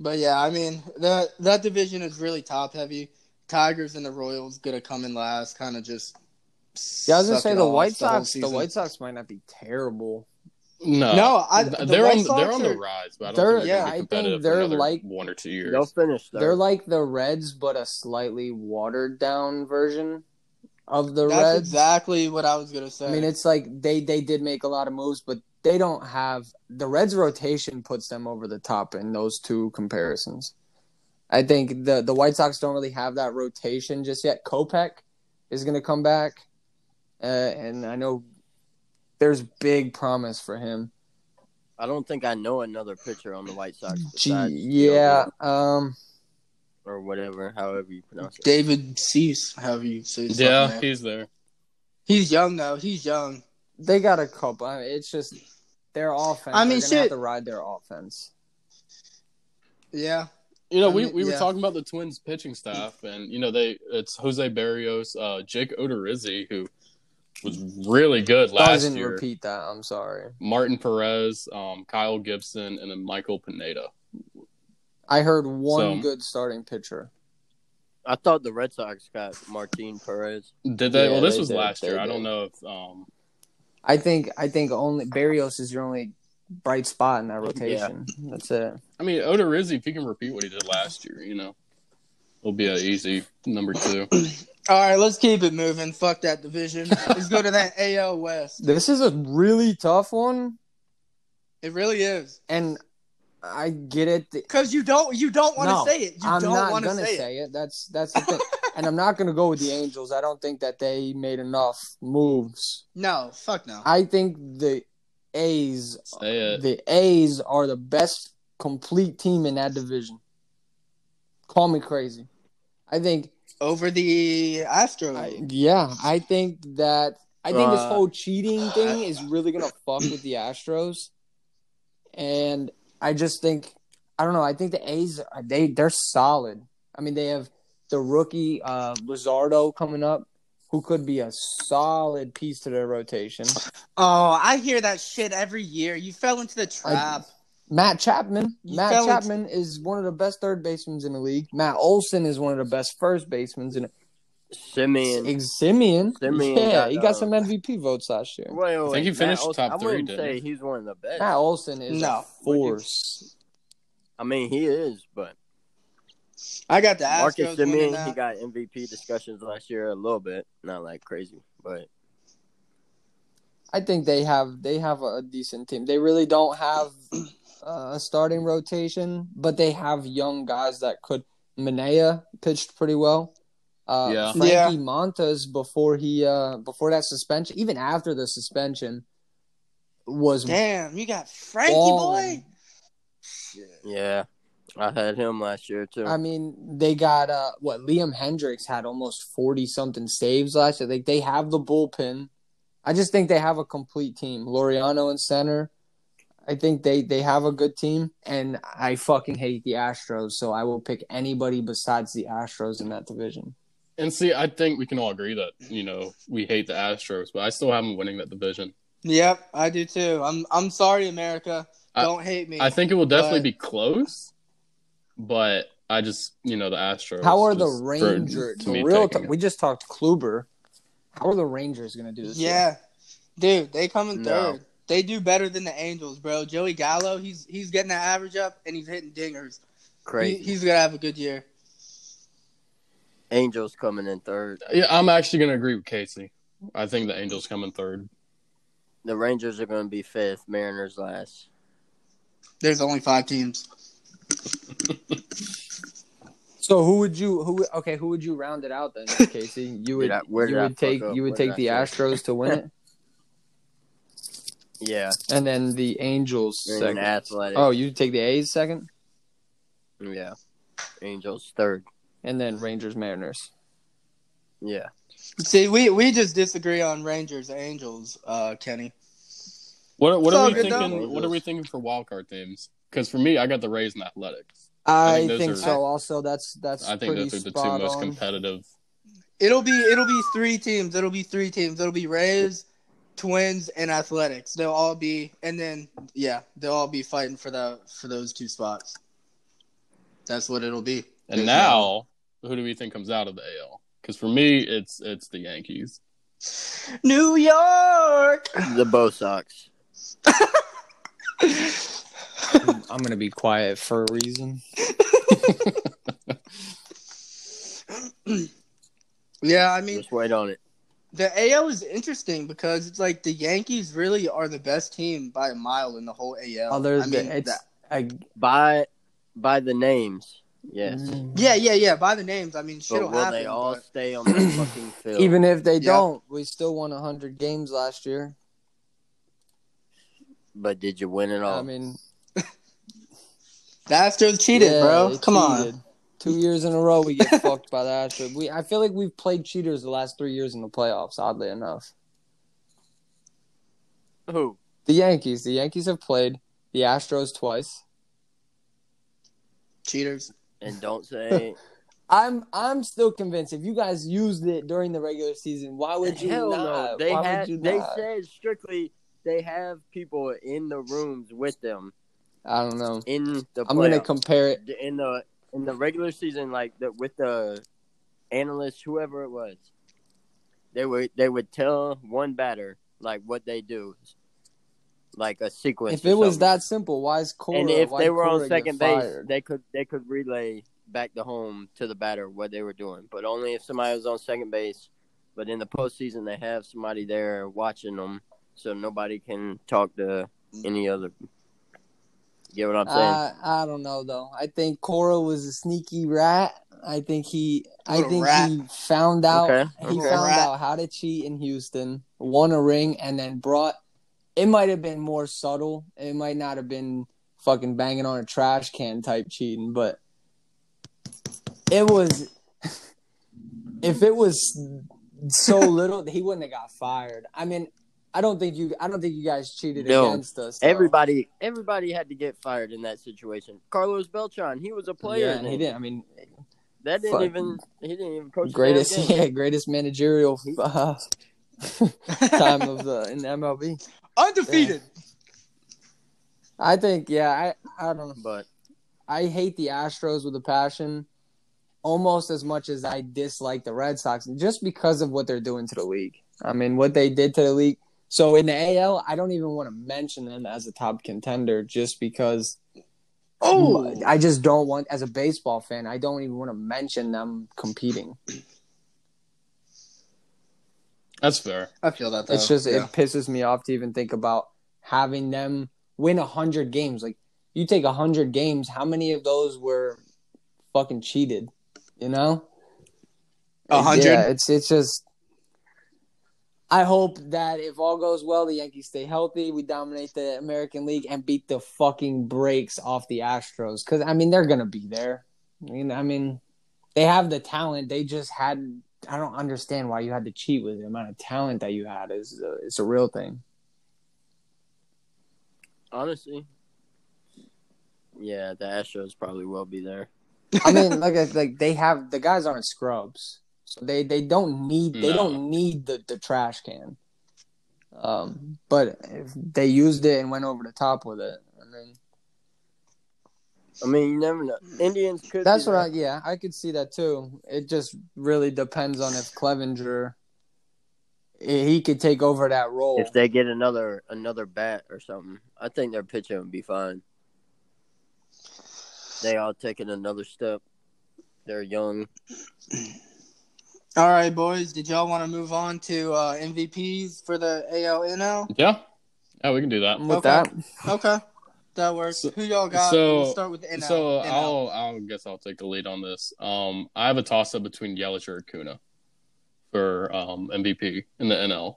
A: But yeah, I mean that that division is really top heavy. Tigers and the Royals gonna come in last, kind of just.
B: Yeah, I was gonna
A: suck
B: say
A: it
B: the
A: off
B: White
A: whole
B: Sox. The,
A: season.
B: White Sox might not be terrible.
D: No,
A: No, I- the
D: Uh, they're
A: White
D: on
A: Sox
D: they're on the
A: are-
D: rise, but I
B: They're-
D: don't think they're
A: yeah,
D: gonna
B: I
D: be
B: think
D: competitive
B: they're
D: for another
B: like-
D: one or two
C: They'll
D: years.
C: finish though.
B: They're like the Reds, but a slightly watered down version of the
A: That's
B: Reds.
A: exactly what I was gonna say.
B: I mean, it's like they they did make a lot of moves, but they don't have the Reds' rotation puts them over the top in those two comparisons. I think the the White Sox don't really have that rotation just yet. Kopech is going to come back, uh, and I know there's big promise for him.
C: I don't think I know another pitcher on the White Sox.
B: Gee,
C: Besides
B: yeah,
C: Gio
B: um,
C: or whatever, however you pronounce it.
A: David Cease, however you say. his
D: Yeah,
A: name.
D: he's there.
A: he's young though. He's young.
B: they got a couple. I mean, it's just their offense.
A: I mean,
B: They're gonna have
A: shit.
B: to ride their offense.
A: Yeah,
D: You know,
A: I
D: we,
A: mean,
D: we were
A: yeah.
D: talking about the Twins pitching staff, and you know they it's Jose Barrios, uh, Jake Odorizzi, who was really good last
B: Doesn't
D: year.
B: repeat that. I'm sorry.
D: Martin Perez, um, Kyle Gibson, and then Michael Pineda.
B: I heard one
D: So-
B: good starting pitcher.
C: I thought the Red Sox got Martin Perez.
D: Did they?
B: Yeah,
D: well, this
B: they
D: was
B: did,
D: last
B: they
D: year. I
B: did.
D: don't know if. Um,
B: I think I think only Barrios is your only bright spot in that rotation. That's it.
D: I mean, Oda Rizzi, if he can repeat what he did last year, you know, it'll be an easy number two.
A: All right, let's keep it moving. Fuck that division. let's go to that AL West.
B: This is a really tough one,
A: It really is
B: and I get it. that-
A: because you don't you don't want to
B: No,
A: say it. You
B: I'm
A: don't
B: not
A: want to
B: gonna
A: say,
B: say,
A: it.
B: it. That's that's the thing. and I'm not gonna go with the Angels. I don't think that they made enough moves.
A: No, fuck no.
B: I think the A's,
D: Say it.
B: the A's are the best complete team in that division. Call me crazy. I think
A: Over the Astros.
B: I, yeah, I think that I think this
C: Uh,
B: whole cheating thing is really gonna fuck with the Astros, and I just think I don't know. I think the A's are- they they're solid. I mean, they have the rookie uh, Lizardo coming up, who could be a solid piece to their rotation.
A: oh, I hear that shit every year. You fell into the trap.
B: Matt Chapman,
A: You
B: Matt
A: fell into-
B: Chapman is one of the best third basemen in the league. Matt Olson is one of the best first basemen in
C: Simeon.
B: the Simeon.
C: Simeon
B: yeah,
C: got,
B: he got
C: uh,
B: some MVP votes last year.
C: Wait, wait,
D: I think he
C: wait,
D: finished
C: Matt Olson-
D: top
C: I
D: three,
C: wouldn't
D: didn't
C: say
D: he?
C: he's one of the best.
B: Matt Olson is
A: No.
B: a force.
C: I mean, he is, but
A: I got the Astros.
C: Marcus
A: winning
C: Simeon,
A: that.
C: he got MVP discussions last year a little bit, not like crazy, but
B: I think they have they have a decent team. They really don't have uh, a starting rotation, but they have young guys that could. Manea pitched pretty well. Uh,
D: Yeah.
B: Frankie
A: Yeah.
B: Montas before he uh, before that suspension, even after the suspension, was
A: Damn, you got Frankie
B: Balling.
A: boy.
C: yeah, I had him last year too.
A: Um,
B: I mean, they got uh what Liam Hendricks had almost forty something saves last year. Like they have the bullpen. I just think they have a complete team. Loriano in center. I think they they have a good team, and I fucking hate the Astros, so I will pick anybody besides the Astros in that division.
D: And see, I think we can all agree that you know we hate the Astros, but I still have them winning that division.
A: Yep, I do too. I'm I'm sorry, America.
D: I-
A: Don't hate me.
D: I think it will definitely
A: But-
D: be close, but I just you know the Astros.
B: How are the
D: just for-
B: Rangers?
D: to
B: The
D: me,
B: real
D: taking
B: t-
D: it.
B: we just talked Kluber. How are the Rangers going to do this? year?
A: yeah, dude, they come in
C: No.
A: third. They do better than the Angels, bro. Joey Gallo, he's he's getting the average up and he's hitting dingers. He,
C: crazy.
A: he's gonna have a good year.
C: Angels coming in third.
D: Yeah, I'm actually going to agree with Casey. I think the Angels come in third.
C: The Rangers are going to be fifth. Mariners last.
A: There's only five teams.
B: So who would you who okay who would you round it out then, Casey? You would
C: Did I- where
B: you
C: did I
B: would
C: fuck
B: take
C: up?
B: you would
C: Where did
B: take the
C: I
B: Astros to win it,
C: Yeah,
B: and then the Angels
C: and
B: second.
C: Athletic.
B: Oh, you take the A's second,
C: yeah, Angels third.
B: and then Rangers Mariners.
C: Yeah,
A: See, we we just disagree on Rangers, Angels, uh, Kenny.
D: What, what
A: It's all
D: are we
A: good, though.
D: thinking? What are we thinking for wild card teams? Because for me, I got the Rays and Athletics.
B: I
D: I think
B: think,
D: those are-
B: so. Also, that's that's
D: I think
B: pretty
D: those are the two
B: spot
D: most
B: on.
D: competitive.
A: It'll be it'll be three teams. It'll be three teams. It'll be Rays, Twins, and Athletics. They'll all be and then yeah, they'll all be fighting for the for those two spots. That's what it'll be.
D: And
A: There's no-
D: now, who do we think comes out of the AL? Because for me, it's it's the Yankees.
A: New York.
C: the Bo Sox.
B: I'm gonna be quiet for a reason.
A: yeah, I mean
C: Just wait on it.
A: the AL is interesting because it's like the Yankees really are the best team by a mile in the whole AL.
B: Other
A: I
B: than
A: mean,
B: it's
A: that-
B: I,
C: By by the names, yes.
A: yeah, yeah, yeah. By the names, I mean shit'll
C: But will
A: Mm-hmm. happen.
C: they all
A: but-
C: stay on the fucking field?
B: even if they
A: Yeah.
B: don't, we still won hundred games last year.
C: but did you win it all?
D: Oh.
B: I mean,
A: The Astros cheated,
B: Yeah,
A: bro.
B: they
A: Come
B: cheated. Two years in a row, we get fucked by the Astros. We, I feel like we've played cheaters the last three years in the playoffs. Oddly enough,
C: Who?
B: the Yankees, the Yankees have played the Astros twice.
A: on, cheaters.
C: And don't say
B: I'm, I'm still convinced. If you guys used it during the regular season, why would you
C: hell
B: not?
C: no. They
B: why
C: had.
B: would you
C: They
B: not?
C: said strictly they have people in the rooms with them
B: I don't know.
C: in the.
B: I'm gonna
C: playoffs.
B: compare it.
C: in the in the regular season, like the with the analysts, whoever it was, they would they would tell one batter like what they do, like a sequence.
B: If it
C: or
B: was
C: something.
B: that simple, why is Cora?
C: and if
B: why
C: they were
B: Cora
C: on
B: get
C: second base,
B: fired?
C: they could they could relay back to home to the batter what they were doing, but only if somebody was on second base. But in the postseason, they have somebody there watching them, so nobody can talk to any other. Get what I'm saying?
B: I, I don't know though. I think Cora was a sneaky rat. I think he I
A: What a
B: think
A: rat.
B: he found out
C: Okay,
B: he
A: okay.
B: found
A: Rat.
B: out how to cheat in Houston, won a ring, and then brought. It might have been more subtle. It might not have been fucking banging on a trash can type cheating, but it was. If it was so little, he wouldn't have got fired. I mean, I don't think you. I don't think you guys cheated
C: No.
B: against us. though.
C: Everybody, everybody had to get fired in that situation. Carlos Beltran, he was a player.
B: Yeah, and he
C: then.
B: didn't. I mean,
C: That didn't
B: Fuck.
C: even he didn't even coach. the
B: greatest
C: damn game.
B: yeah greatest managerial uh, time of the in MLB.
A: Undefeated.
B: I think yeah I I don't know.
C: But
B: I hate the Astros with a passion almost as much as I dislike the Red Sox just because of what they're doing to the league. I mean what they did to the league. So in the AL I don't even want to mention them as a top contender just because
A: Oh,
B: I just don't want as a baseball fan I don't even want to mention them competing.
D: That's fair.
A: I feel that.
B: It's just it pisses me off to even think about having them win hundred games. Like you take hundred games, how many of those were fucking cheated? You know,
A: 100?
B: Yeah, it's it's just. I hope that if all goes well, the Yankees stay healthy, we dominate the American League, and beat the fucking brakes off the Astros. Because I mean, they're gonna be there. I mean, I mean, they have the talent. They just had. I don't understand why you had to cheat with the amount of talent that you had. Is it's a real thing.
C: honestly, yeah, the Astros probably will be there.
B: I mean, like I- like they have the guys aren't scrubs, so they they don't need they
D: No.
B: don't need the the trash can. Um, but if they used it and went over the top with it. I mean,
C: I mean, you never know. Indians could.
B: that's
C: be
B: what I
C: there.
B: yeah I could see that too. It just really depends on if Clevenger he could take over that role.
C: If they get another another bat or something, I think their pitching would be fine. They all taking another step. They're young.
A: All right, boys. Did y'all want to move on to uh, MVPs for the ALNL?
D: Yeah. Yeah, we can do that.
B: I'm with
A: Okay.
B: that,
A: Okay, that works.
D: So-
A: Who y'all got?
D: so-
A: we'll start with NL.
D: so
A: NL.
D: I'll I'll guess I'll take the lead on this. Um, I have a toss up between Yelich or Acuna for um, MVP in the NL.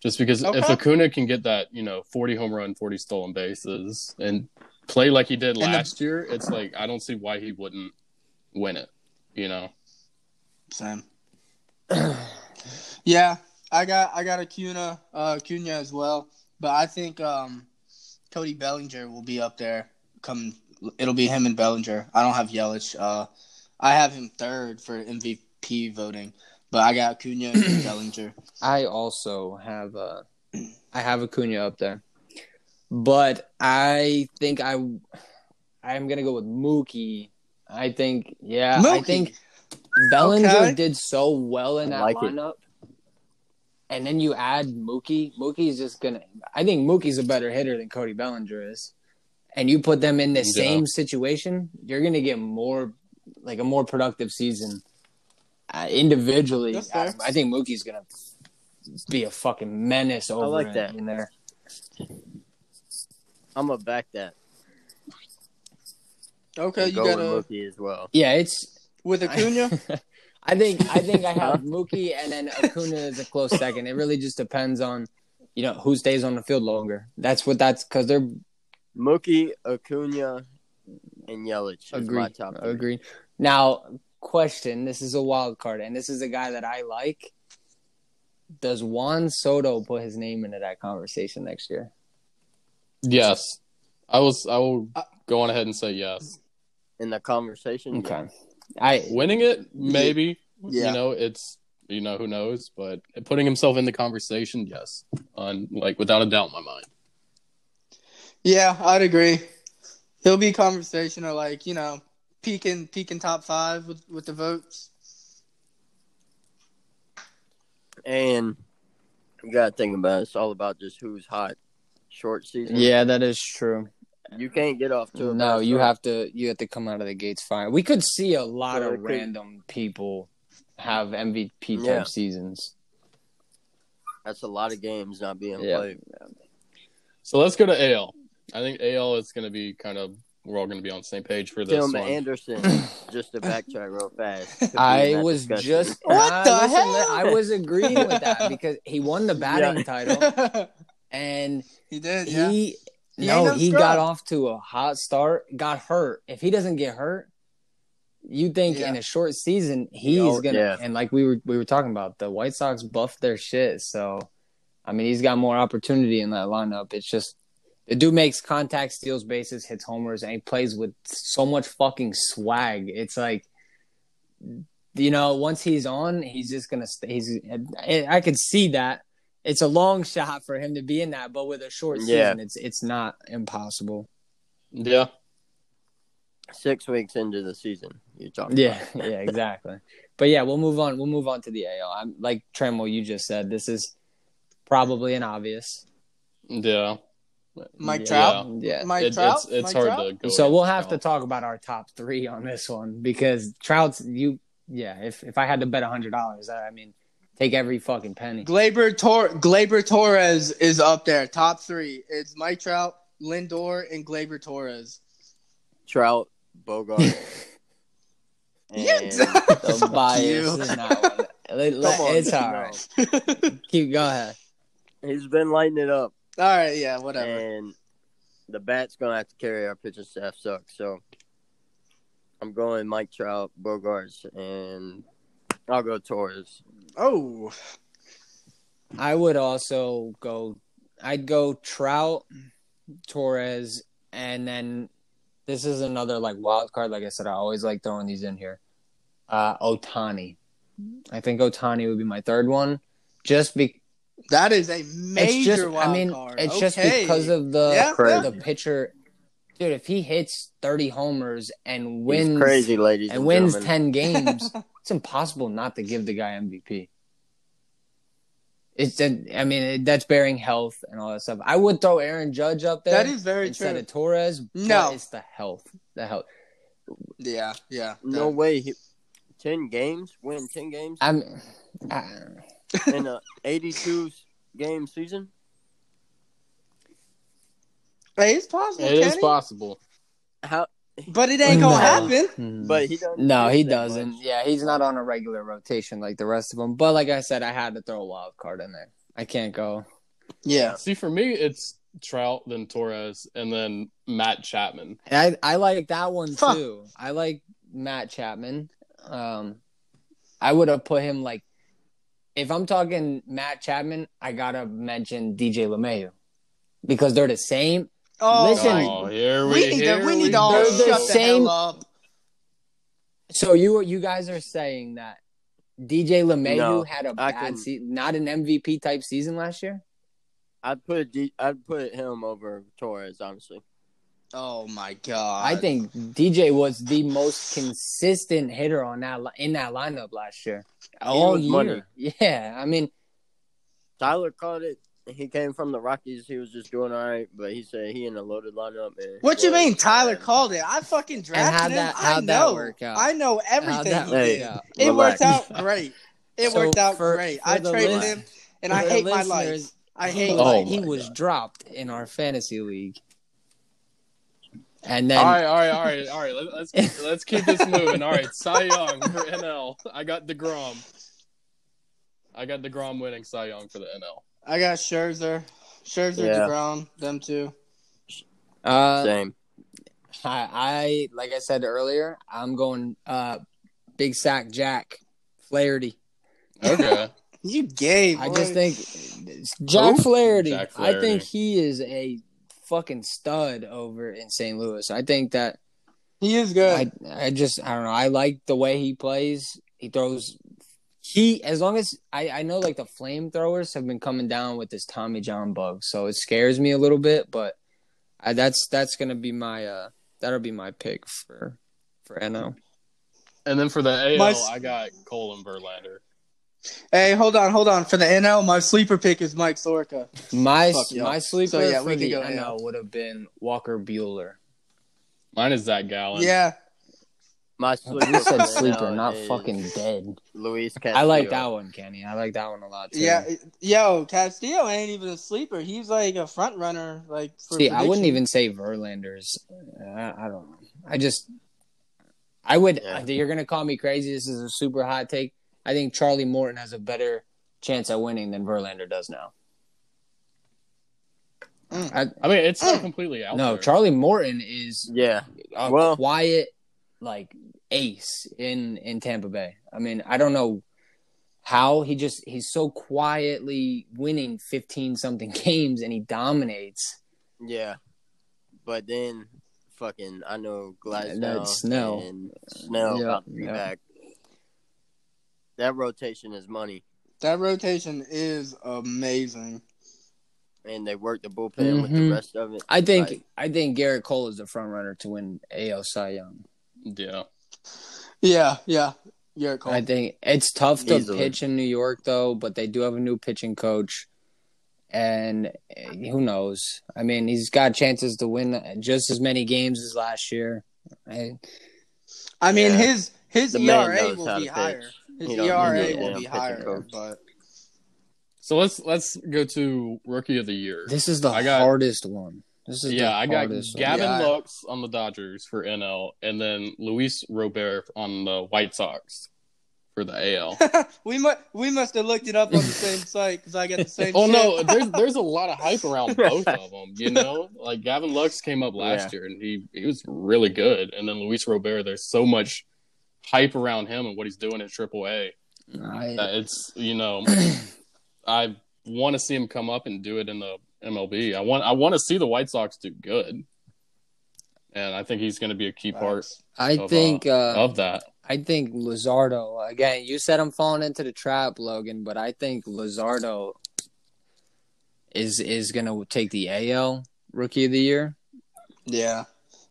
D: Just because if
A: Okay.
D: Acuna can get that, you know, forty home run, forty stolen bases, and play like he did
A: the-
D: last year, it's like I don't see why he wouldn't win it. You know,
A: Same. yeah, I got I got Acuna uh, Acuna as well, but I think um, Cody Bellinger will be up there. Come, it'll be him and Bellinger. I don't have Yelich. Uh, I have him third for MVP voting, but I got Acuna and Bellinger.
B: I also have uh, I have Acuna up there, but I think I I'm gonna go with Mookie. I think yeah, I
A: Mookie!
B: think Bellinger
A: Okay.
B: did so well in
C: I
B: that
C: like it.
B: lineup, and then you add Mookie. Mookie's just gonna. I think Mookie's a better hitter than Cody Bellinger is, and you put them in the
D: Yeah.
B: same situation, you're gonna get more like a more productive season. Uh, individually,
A: That's fair.
B: I, I think Mookie's gonna be a fucking menace over
C: like
B: it
C: that.
B: in there.
C: I'm gonna back that.
A: Okay, you
C: go
A: got
C: with
A: a
C: Mookie as well.
B: Yeah, it's
A: with Acuna.
B: I think I think I have Mookie and then Acuna is a close second. It really just depends on you know who stays on the field longer. That's what that's because they're
C: Mookie, Acuna, and Yelich is my
B: agreed.
C: top three.
B: Agreed. Now, question: This is a wild card, and this is a guy that I like. Does Juan Soto put his name into that conversation next year?
D: yes, I was I will
A: Uh,
D: go on ahead and say yes.
C: In the conversation, yeah.
B: Okay, I
D: Winning it, maybe.
A: Yeah.
D: You know, it's you know who knows, but putting himself in the conversation, yes, on like without a doubt in my mind.
A: yeah, I'd agree. He'll be conversational, like you know, peaking peaking top five with with the votes.
C: And you got to think about it. It's all about just who's hot. Short season.
B: Yeah, that is true.
C: You can't get off to a
B: No,
C: bad
B: you
C: start.
B: have to you have to come out of the gates fine. We could see a lot
C: So it
B: of
C: could-
B: random people have MVP type
C: Yeah.
B: seasons.
C: That's a lot of games not being
B: Yeah.
C: played.
D: So let's go to AL. I think AL is going to be kind of we're all going to be on the same page for this
C: Tim
D: one.
C: Anderson, just to backtrack real fast. could be in
B: I
C: that
B: was
C: discussion.
B: just
A: What
B: Ah,
A: the
B: listen,
A: hell?
B: man, I was agreeing with that because he won the batting title and
A: he did. Yeah.
B: he
A: He ain't
B: no
A: no
B: he
A: scrub.
B: got off to a hot start, got hurt. If he doesn't get hurt, you think
A: Yeah.
B: in a short season he's
C: Oh,
B: gonna
C: yeah.
B: and like we were we were talking about the White Sox buffed their shit, so I mean he's got more opportunity in that lineup. It's just the dude makes contact, steals bases, hits homers, and he plays with so much fucking swag. It's like you know, once he's on, he's just gonna stay. He's I, I could see that. It's a long shot for him to be in that, but with a short
C: Yeah.
B: season, it's it's not impossible.
D: Yeah.
C: six weeks into the season. You're talking.
B: Yeah, yeah, exactly. but yeah, we'll move on. We'll move on to the AL. I'm like Tremble, you just said this is probably an obvious.
D: Yeah.
A: Mike
B: Yeah.
A: Trout.
B: Yeah.
A: Mike
D: It-
A: Trout.
D: it's
A: Mike
D: it's hard
A: Trout?
D: to go.
B: So we'll have
D: against
B: to
D: Trout.
B: talk about our top three on this one because Trout's you. Yeah, if if I had to bet a hundred dollars, I I mean, take every fucking penny.
A: Glaber, Tor- Glaber Torres is up there, top three. It's Mike Trout, Lindor, and Glaber Torres.
C: Trout, Bogart. and
B: The bias is not. one. Let- let-
C: Come on,
B: it's all
C: no.
B: right. Keep go ahead.
C: He's been lighting it up,
A: All right, yeah, whatever.
C: and the bat's gonna have to carry our pitching staff sucks. So I'm going Mike Trout, Bogarts, and I'll go Torres.
A: Oh,
B: I would also go. I'd go Trout, Torres, and then this is another like wild card. Like I said, I always like throwing these in here. Uh, Otani. I think Otani would be my third one. Just be,
A: that is a major
B: it's just.
A: wild
B: I mean,
A: card.
B: it's just
A: Okay.
B: because of uh, the
A: Yeah,
C: yeah.
B: the pitcher, dude. If he hits thirty homers and wins
C: He's crazy, ladies and,
B: and wins
C: gentlemen.
B: ten games, it's impossible not to give the guy MVP. It's I mean it, that's bearing health and all that stuff. I would throw Aaron Judge up there
A: that is very
B: instead
A: true.
B: of Torres. But
A: No.
B: it's the health, the health.
A: yeah, yeah.
C: No way. He, ten games, win ten games
B: I'm I,
C: in a 82 game season.
A: Hey, it's possible.
D: It is
A: Kenny,
D: possible.
C: How?
A: but it ain't
B: No.
A: gonna happen.
C: But he doesn't.
B: hmm. no, he
C: that
B: doesn't.
C: much.
B: Yeah, he's not on a regular rotation like the rest of them. But like I said, I had to throw a wild card in there. I can't go.
A: Yeah,
D: See, for me, it's Trout, then Torres, and then Matt Chapman.
B: And I I like that one
A: Fuck.
B: too. I like Matt Chapman. Um, I would have put him like if I'm talking Matt Chapman, I gotta mention DJ LeMayu because they're the same.
A: Oh,
B: Listen,
A: my-
D: Oh, here we,
A: we need
D: here
A: to we need to
D: go.
A: all
B: They're the
A: shut the
B: same-
A: hell up.
B: So you you guys are saying that DJ LeMayu
C: No,
B: had a
C: I
B: bad
C: couldn't.
B: season, not an MVP type season last year.
C: I'd put D, I'd put him over Torres, honestly.
A: Oh my
C: Uh,
A: god!
B: I think DJ was the most consistent hitter on that li- in that lineup last year. All
C: was
B: year,
C: money.
B: yeah. I mean,
C: Tyler caught it. He came from the Rockies. He was just doing all right, but he said he in a loaded lineup. and
A: What you
C: Torres-
A: mean? Tyler called it. I fucking drafted
B: how'd that-
A: him. I
B: how'd that
A: know.
B: work out?
A: I know
B: how'd
A: everything
B: that
A: he
C: work
A: did.
B: out?
A: It
C: Relax.
A: worked out great. It
B: So
A: worked out
B: for-
A: great.
B: for
A: I
B: the
A: traded
B: list-
A: him, and I
B: For the
A: hate my life.
B: listeners,
A: I hate.
D: Oh.
A: life.
B: he
D: my
B: was dropped in our fantasy league. And then
D: all right, all right, all right, all right. Let, let's keep, let's keep this moving. All right, Cy Young for NL. I got Degrom. I got Degrom winning Cy Young for the NL.
A: I got Scherzer, Scherzer,
C: Yeah.
A: Degrom, them two.
B: uh,
C: Same.
B: I, I like I said earlier, I'm going uh Big Sack Jack Flaherty.
D: Okay,
A: You gay.
B: I
A: boy.
B: just think Jack Flaherty,
D: Jack
B: I
D: Flaherty.
B: think he is a fucking stud over in St. Louis. I think that
A: he is good.
B: I I just I don't know. I like the way he plays. He throws. He as long as I I know like the flamethrowers have been coming down with this Tommy John bug, so it scares me a little bit. But I, that's that's gonna be my uh that'll be my pick for for NO.
D: and then for the AL,
A: My-
D: I got Cole and Verlander.
A: Hey, hold on, hold on. For the NL, my sleeper pick is Mike Sorka.
B: My
A: Fuck, yeah.
B: my sleeper
A: So, yeah,
B: for
A: we can
B: the
A: go
B: NL
A: now.
B: would have been Walker Bueller.
D: Mine is Zach Gallen.
A: Yeah,
C: My sleeper.
B: You
C: for
B: said
C: now
B: sleeper, not
C: is
B: fucking dead.
C: Luis Castillo.
B: I like that one, Kenny. I like that one a lot too.
A: yeah. Yo, Castillo ain't even a sleeper. He's like a front runner. Like, for
B: See, I
A: prediction.
B: wouldn't even say Verlander's. uh, I, I don't know. I just, I would.
C: Yeah.
B: You're gonna call me crazy. This is a super hot take. I think Charlie Morton has a better chance at winning than Verlander does now.
A: Mm.
B: I,
D: I mean, it's not completely out.
B: no,
D: there.
B: Charlie Morton is
C: Yeah.
B: a
C: Well-
B: quiet, like ace in in Tampa Bay. I mean, I don't know how he just he's so quietly winning 15 something games and he dominates.
C: Yeah. But then, fucking, I know Glasnow
B: that's Snell.
C: and Snell
B: Yeah,
C: about to be
B: yeah.
C: back. That rotation is money,
A: That rotation is amazing.
C: and they work the bullpen with the
B: Mhm.
C: rest of it.
B: I think
C: Like,
B: I think Garrett Cole is the front runner to win AL Cy Young.
D: Yeah.
A: Yeah, yeah. Garrett Cole.
B: I think it's tough to
C: Easily.
B: pitch in New York though, but they do have a new pitching coach, and eh, who knows? I mean, he's got chances to win just as many games as last year. I,
A: I mean,
C: Yeah.
A: his his
C: The man
A: ERA
C: knows how
A: will
C: to
A: be
C: pitch.
A: higher. His
C: He don't
A: ERA
B: need no
A: will
C: damn
A: be
C: pitching
A: higher,
C: coach.
A: but
D: So let's let's go to rookie of the year.
B: this is the
D: I got-
B: hardest one. This is
D: yeah,
B: the
D: I got
B: hardest one.
D: Gavin
A: Yeah, I-
D: Lux on the Dodgers for NL, and then Luis Robert on the White Sox for the AL.
A: we must we must have looked it up on the same site because I got the same.
D: oh
A: shit.
D: no, there's there's a lot of hype around both of them. You know, like Gavin Lux came up last year, and he he was really good, and then Luis Robert. There's so much hype around him and what he's doing at AAA.
B: I-
D: that It's you know, I want to see him come up and do it in the MLB. I want I want to see the White Sox do good, and I think he's going to be a key part
B: I
D: Of,
B: think uh,
D: of that.
B: I think Lizardo again. You said I'm falling into the trap, Logan, but I think Lizardo is is gonna take the AL Rookie of the Year,
A: Yeah.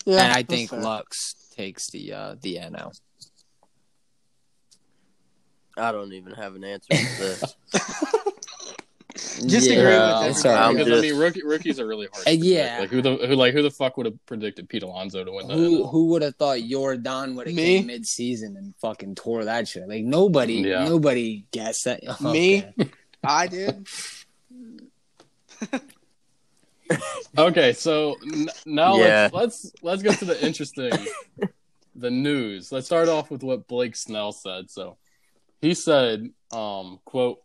A: Yeah.
B: and I
A: that's
B: think
A: fair.
B: Lux takes the uh, the NL.
C: I don't even have an answer for this.
A: Just agree with everybody.
B: it's all right.
C: I'm
D: because I
C: just-
D: mean, rookie, rookies are really hard.
B: Uh,
D: to predict.
B: yeah.
D: like who the who like who the fuck would have predicted Pete Alonso to win the
B: Who
D: NL?
B: who would have thought Jordan would have
A: Me?
B: came mid season and fucking tore that shit? Like nobody
D: Yeah.
B: nobody guessed that.
A: Me?
B: Okay.
A: I did.
D: Okay, so n- now
C: Yeah.
D: let's let's let's go to the interesting, the news. Let's start off with what Blake Snell said. So he said, um, "quote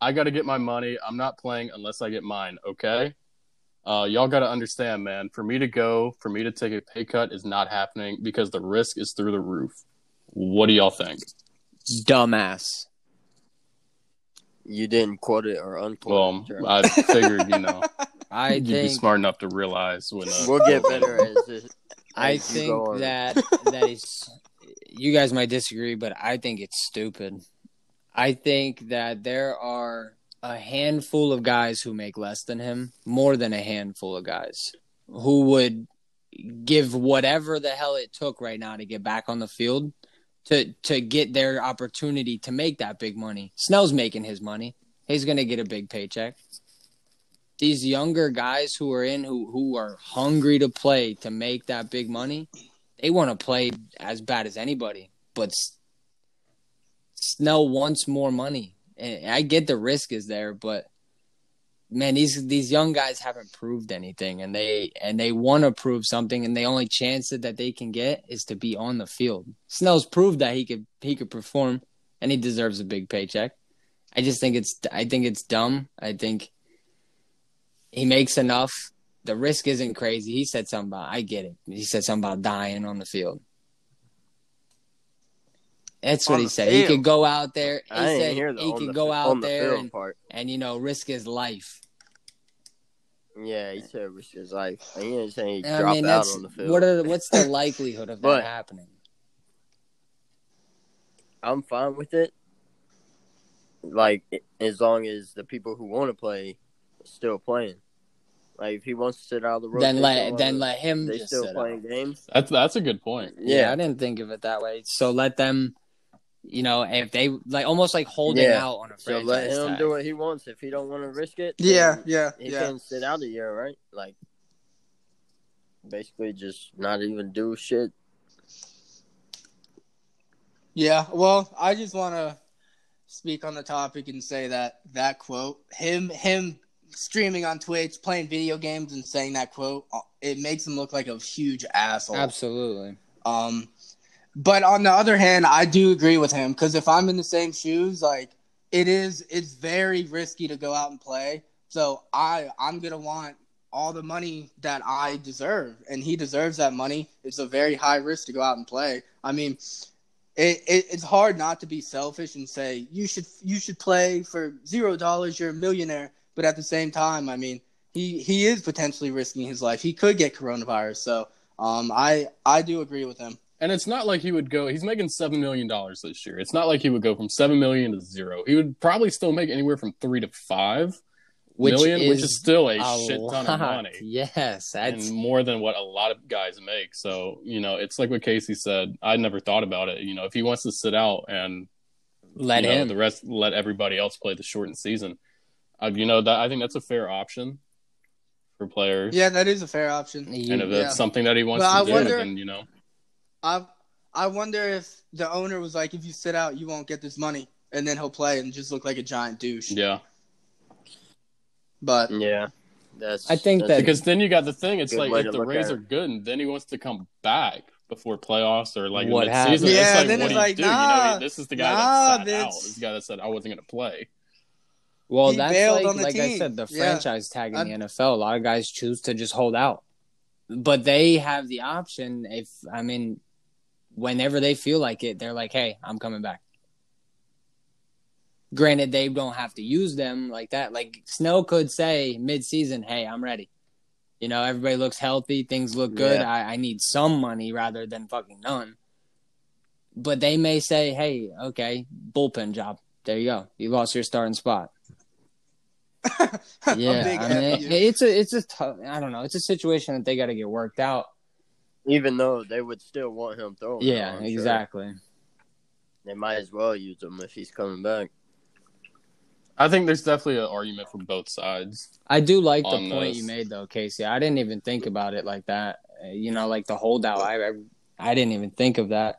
D: I got to get my money. I'm not playing unless I get mine. Okay, uh, y'all got to understand, man. For me to go, for me to take a pay cut is not happening because the risk is through the roof. What do y'all think?
B: Dumbass.
C: you didn't quote it or unquote
D: Well,
C: it. Jeremy.
D: I figured you know
B: I
D: you'd be
B: think
D: smart enough to realize when. Uh,
C: we'll get better as this.
B: I
C: as you go
B: think
C: on.
B: that that is you guys might disagree, but I think it's stupid. I think that there are a handful of guys who make less than him, more than a handful of guys who would give whatever the hell it took right now to get back on the field to to get their opportunity to make that big money. Snell's making his money. He's going to get a big paycheck these younger guys who are in who who are hungry to play to make that big money, they want to play as bad as anybody. But S- Snell wants more money, and I get the risk is there, but man, these these young guys haven't proved anything, and they and they want to prove something, and the only chance that they can get is to be on the field. Snell's proved that he could he could perform, and he deserves a big paycheck. I just think it's I think it's dumb. I think he makes enough. The risk isn't crazy. He said something about I get it. He said something about dying on the field. That's what
C: On
B: he
C: the
B: said.
C: field.
B: He could go out there. He
C: I didn't
B: said
C: hear the
B: he
C: on
B: could
C: the,
B: go
C: fi-
B: out
C: on the
B: there
C: field
B: and,
C: part.
B: and you know risk his life.
C: Yeah, he said it was his life. He didn't say he
B: I
C: dropped
B: mean,
C: out
B: that's
C: on the field.
B: what are what's the likelihood of
C: But-
B: that happening?
C: I'm fine with it. Like as long as the people who want to play are still playing. Like if he wants to sit out of the road,
B: Then let then let him
C: they
B: just
C: still
B: sit out.
C: playing games.
D: That's that's a good point.
B: Yeah,
C: Yeah,
B: I didn't think of it that way. So let them You know, if they like almost like holding
C: Yeah.
B: out on a
C: So
B: franchise
C: let him
B: tag.
C: do what he wants. If he don't want to risk it,
A: Yeah,
C: then
A: yeah,
C: he
A: yeah.
C: can sit out a year, right? Like, basically, just not even do shit.
A: Yeah, well, I just want to speak on the topic and say that that quote, him him streaming on Twitch, playing video games and saying that quote, uh, it makes him look like a huge asshole.
B: Absolutely.
A: Um but on the other hand, I do agree with him cuz if I'm in the same shoes, like it is it's very risky to go out and play. So I I'm going to want all the money that I deserve, and he deserves that money. It's a very high risk to go out and play. I mean, it, it it's hard not to be selfish and say you should you should play for zero dollars. You're a millionaire, but at the same time, I mean, he he is potentially risking his life. He could get coronavirus. So, um, I I do agree with him.
D: And it's not like he would go. He's making seven million dollars this year. It's not like he would go from seven million to zero. He would probably still make anywhere from three to five
B: Which
D: million,
B: is,
D: which is still a,
B: a
D: shit ton
B: lot.
D: of money
B: Yes, that's
D: and more than what a lot of guys make. So you know, it's like what Casey said. I never thought about it. You know, if he wants to sit out and
B: let
D: you know,
B: him.
D: the rest let everybody else play the shortened season, uh, you know, that I think that's a fair option for players.
A: Yeah, that is a fair option.
B: You-
D: And if that's
A: Yeah.
D: something that he wants
A: But
D: to
A: I
D: do,
A: wonder-
D: then you know.
A: I I wonder if the owner was like, if you sit out, you won't get this money, and then he'll play and just look like a giant douche.
D: Yeah.
A: But
C: Yeah, that's.
B: I think
C: that's-
D: Because then you got the thing, it's
C: Good way
D: like
C: to
D: if the
C: look
D: Rays
C: at it.
D: are good and then he wants to come back before playoffs or like
B: What
D: mid season,
B: happens?
D: it's
A: Yeah,
D: like
A: then
D: what
A: it's
D: do
A: like,
D: you do? you
A: nah,
D: know, this is the guy
A: nah,
D: that sat out.
A: bitch.
D: This guy that said I wasn't gonna play.
B: Well,
A: He
B: that's
A: bailed
B: like,
A: on the
B: like I
A: team.
B: said, the
A: Yeah.
B: franchise tag in
A: I-
B: the NFL. A lot of guys choose to just hold out, but they have the option. If I mean, whenever they feel like it, they're like, "Hey, I'm coming back." Granted, they don't have to use them like that. Like Snell could say mid-season, "Hey, I'm ready." You know, everybody looks healthy, things look good.
C: Yeah.
B: I, I need some money rather than fucking none. But they may say, "Hey, okay, bullpen job. There you go. You lost your starting spot."
A: a
B: yeah,
A: big
B: I mean,
A: F
B: it-
A: you.
B: it's a it's a tough. I don't know. It's a situation that they got to get worked out.
C: even though they would still want him throwing.
B: yeah,
C: though, I'm sure.
B: exactly.
C: They might as well use him if he's coming back.
D: I think there's definitely an argument for both sides.
B: I do like
D: On
B: the point you
D: those.
B: made though, Casey. I didn't even think about it like that. Uh, You know, like the holdout. I I, I didn't even think of that,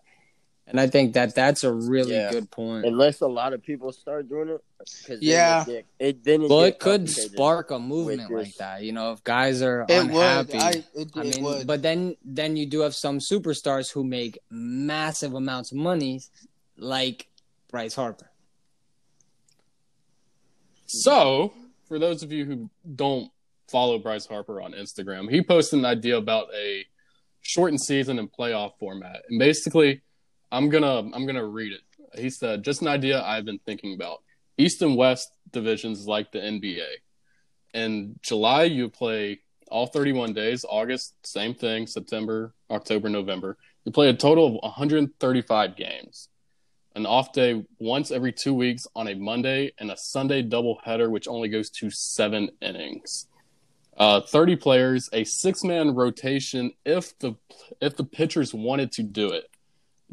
B: and I think that that's a really
C: Yeah.
B: good point.
C: Unless a lot of people start doing it, 'cause then
A: Yeah.
C: it, get- it didn't.
B: Well,
C: get
B: it could
C: complicated.
B: spark a movement
C: with
B: like
C: this.
B: that. You know, if guys are
A: it
B: unhappy.
A: would. I, it, it
B: I mean,
A: would.
B: but then then you do have some superstars who make massive amounts of money, like Bryce Harper.
D: So for those of you who don't follow Bryce Harper on Instagram, he posted an idea about a shortened season and playoff format. And basically, I'm gonna I'm gonna read it. He said, "Just an idea I've been thinking about. East and West divisions like the NBA. In July, you play all 31 days. August, same thing. September, October, November. You play a total of 135 games. An off day once every two weeks on a Monday, and a Sunday doubleheader, which only goes to seven innings." Uh, 30 players, a six-man rotation if the if the pitchers wanted to do it.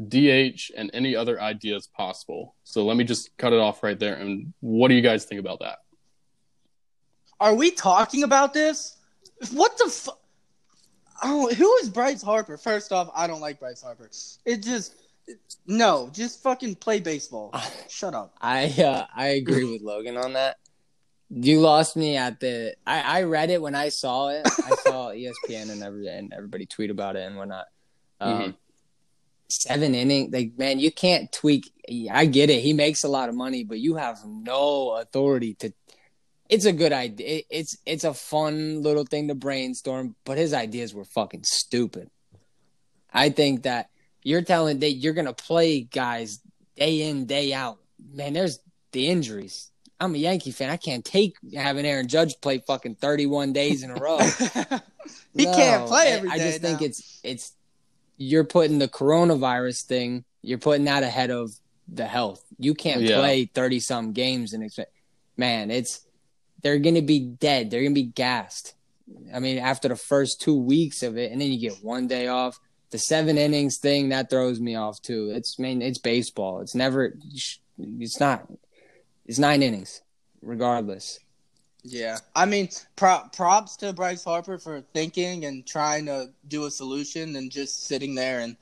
D: DH and any other ideas possible. So let me just cut it off right there. And what do you guys think about that?
A: Are we talking about this? What the fu- Oh, who is Bryce Harper? First off, I don't like Bryce Harper. It just no, just fucking play baseball. Shut up.
B: I uh, I agree with Logan on that. You lost me at the. I, I read it when I saw it. I saw E ESPN and every and everybody tweet about it and whatnot. Um,
D: Mhm.
B: Seven inning, like man, you can't tweak. I get it. He makes a lot of money, but you have no authority to. It's a good idea. It- It's it's a fun little thing to brainstorm, but his ideas were fucking stupid. I think that you're telling that you're gonna play guys day in day out. Man, there's the injuries. I'm a Yankee fan. I can't take having Aaron Judge play fucking 31 days in a row.
A: He can't play
B: I-
A: every
B: I
A: day
B: just think
A: now.
B: it's it's you're putting the coronavirus thing. You're putting that ahead of the health. You can't
D: Yeah.
B: play 30 some games and expect. Man, it's they're gonna be dead. They're gonna be gassed. I mean, after the first two weeks of it, and then you get one day off. the seven innings thing that throws me off too. It's I mean it's baseball. It's never it's not it's nine innings regardless.
A: Yeah, I mean, prop, props to Bryce Harper for thinking and trying to do a solution and just sitting there and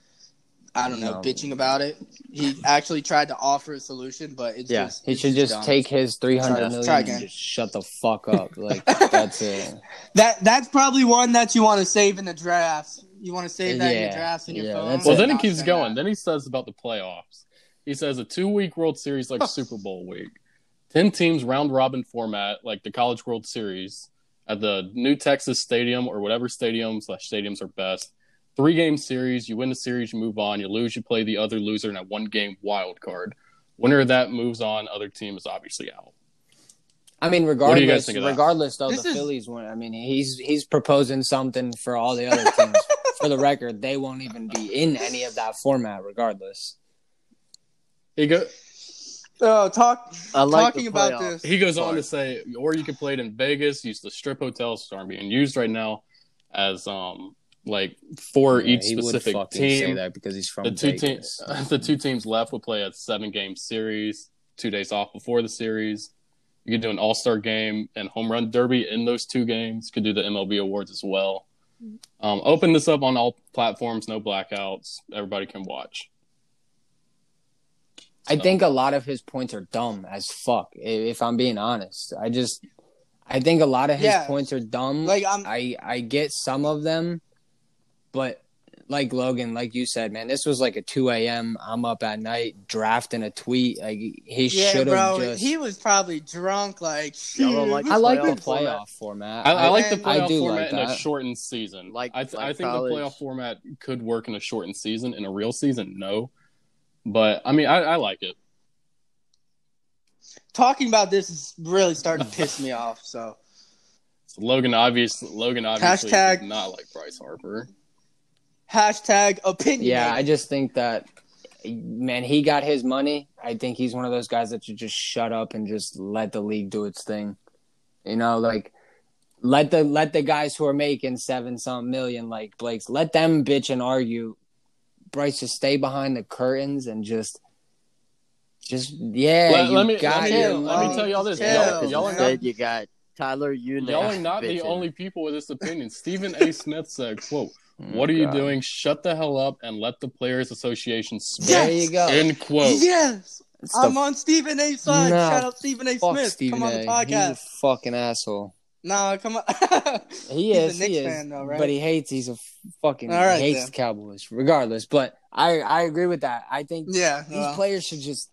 A: I don't know,
B: No.
A: bitching about it. He actually tried to offer a solution, but it's
C: Yeah,
A: just
B: He
A: it's
B: should just
A: dumb.
B: take his three hundred million
A: Try again.
B: and just shut the fuck up. Like that's it.
A: that. That's probably one that you want to save in the drafts. You want to save that in your
B: Yeah,
A: drafts in your
B: yeah,
A: phone.
B: that's it.
D: Well,
A: and
D: then he
A: not
D: keeps
A: send
D: going.
A: that.
D: Then he says about the playoffs. He says a two week World Series like Super Bowl week, 10 teams round robin format like the College World Series at the new Texas Stadium or whatever stadium slash stadiums are best. Three game series, you win the series, you move on. You lose, you play the other loser in a one game wild card. Winner of that moves on, other team is obviously out.
B: I mean,
D: do you guys
B: regardless,
D: think of that?
B: regardless though,
A: This
B: the
A: is-
B: Phillies win. I mean, he's he's proposing something for all the other teams. for the record, they won't even be in any of that format, regardless.
D: He go
A: Oh, talk
C: I like
A: talking
C: the
A: about
C: playoff.
A: this.
D: he goes on
C: Sorry.
D: to say, or you can play it in Vegas, use the strip hotels that are being used right now as um like for
B: Yeah,
D: each specific
B: say
D: team.
B: that because he's from
D: The two
B: Vegas.
D: teams the two teams left would play a seven game series, two days off before the series. You could do an all star game and home run derby in those two games. Could do the MLB awards as well. Um, open this up on all platforms, no blackouts. Everybody can watch.
B: I
D: So-
B: think a lot of his points are dumb as fuck. i- If I'm being honest, I just I think a lot of his
A: Yeah.
B: points are dumb.
A: Like I'm
B: I I get some of them, but like Logan, like you said, man, this was like a 2 a.m. I'm up at night drafting a tweet. Like he
A: yeah,
B: should have
A: bro.
B: just.
A: He was probably drunk. Like,
C: Y'all don't like
B: I like the playoff
C: Playoff format.
B: format.
D: I, I like the
B: I
D: playoff
B: do
D: format
B: like
D: in a
B: that.
D: shortened season.
C: Like-
D: I, th-
C: like
D: I think
C: college.
D: the playoff format could work in a shortened season. In a real season, no. But I mean, I, I like it.
A: talking about this is really starting to piss me off. So
D: So Logan obviously, Logan obviously
A: Hashtag-
D: did not like Bryce Harper.
A: hashtag opinion.
B: yeah, I just think that man, he got his money. I think he's one of those guys that should just shut up and just let the league do its thing. You know, like let the let the guys who are making seven some million like Blake's let them bitch and argue. Bryce just stay behind the curtains and just just yeah,
D: Let-
B: you
D: let me-
B: got
D: let
A: me-
B: your
A: let me
B: money.
A: tell
D: y'all this.
A: Y'all-
C: Yeah,
A: y'all are
C: instead
D: not-
C: you got Tyler Unax.
D: Y'all are not the
C: bitching.
D: only people with this opinion. Stephen A. Smith said, "Quote: What are
B: Oh,
D: you
B: God.
D: doing? Shut the hell up and let the Players Association speak."
B: There you go.
D: End quote.
A: Yes,
B: It's the
A: I'm on Stephen A. side.
B: No.
A: Shout out Stephen A.
B: fuck
A: Smith.
B: Stephen
A: come on the
B: A. He's a
A: podcast.
B: fucking asshole.
A: Nah, come on.
B: He
A: He's a
B: is.
A: Knicks
B: he is.
A: fan, though, right?
B: But he hates. He's a f- fucking.
A: All right,
B: he hates
A: then.
B: the Cowboys, regardless. But I, I agree with that. I think
A: yeah.
B: these
A: well,
B: players should just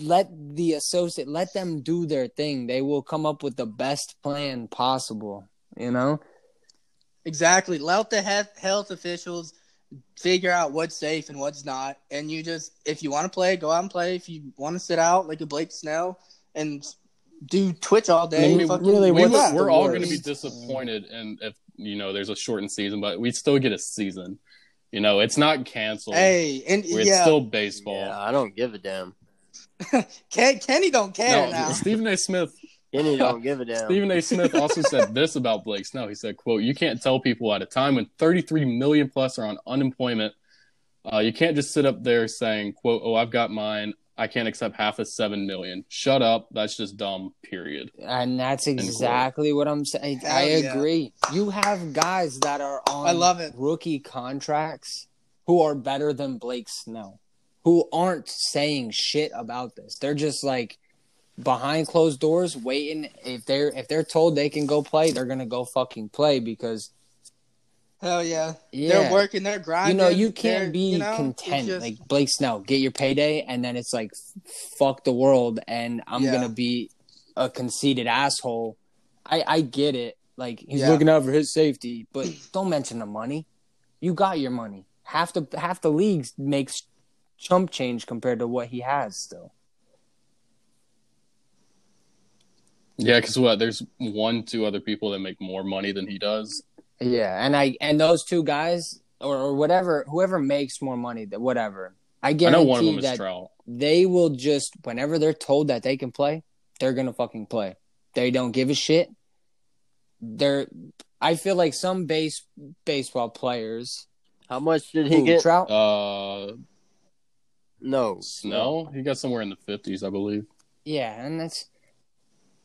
B: let the associate let them do their thing. They will come up with the best plan possible. You know.
A: exactly. Let the he- health officials figure out what's safe and what's not. And you just, if you want to play, go out and play. If you want to sit out like a Blake Snell and do Twitch all
D: I
A: day,
D: mean,
A: fucking
B: really,
D: We,
A: do
B: what's
D: were-
A: that.
B: the
D: we're all going to be
B: worst?
D: disappointed, and if you know, there's a shortened season, but we still get a season. You know, it's not canceled.
A: Hey, and
D: it's
A: yeah,
D: still baseball.
C: Yeah, I don't give a damn.
A: Ken, Kenny don't care
D: No,
A: now.
D: Stephen A. Smith.
C: Kenny don't give a damn.
D: Stephen A. Smith also said this about Blake Snell. He said, "Quote: You can't tell people at a time when 33 million plus are on unemployment. Uh, you can't just sit up there saying, quote, oh, I've got mine. I can't accept half of seven million. Shut up. That's just dumb. Period.
B: And that's
D: cool.
B: exactly what I'm saying. I
A: Hell yeah.
B: agree. You have guys that are on
A: I love it.
B: rookie contracts who are better than Blake Snell, who aren't saying shit about this. They're just like behind closed doors waiting if they're if they're told they can go play, they're going to go fucking play because
A: Hell yeah.
B: yeah.
A: They're working, they're
B: you
A: grinding.
B: know, you
A: they're-
B: can't be
A: you know, it's
B: content.
A: just-
B: Like Blake Snell, get your payday, and then it's like, fuck the world, and I'm
A: Yeah.
B: gonna be a conceited asshole. I I get it. Like he's
A: Yeah.
B: looking out for his safety, but don't mention the money. You got your money. Half the half the leagues makes chump change compared to what he has. Still,
D: Yeah, because what? There's one, two other people that make more money than he does.
B: yeah, and I and those two guys or, or whatever, whoever makes more money, that whatever. I
D: I
B: guarantee
D: know one of them is
B: that
D: Trout.
B: they will just whenever they're told that they can play, they're gonna fucking play. They don't give a shit. They're I feel like some base baseball players
C: How much did he
B: Who,
C: get?
B: Trout?
D: Uh,
C: no.
D: Snow. He got somewhere in the fifties, I believe.
B: Yeah, and that's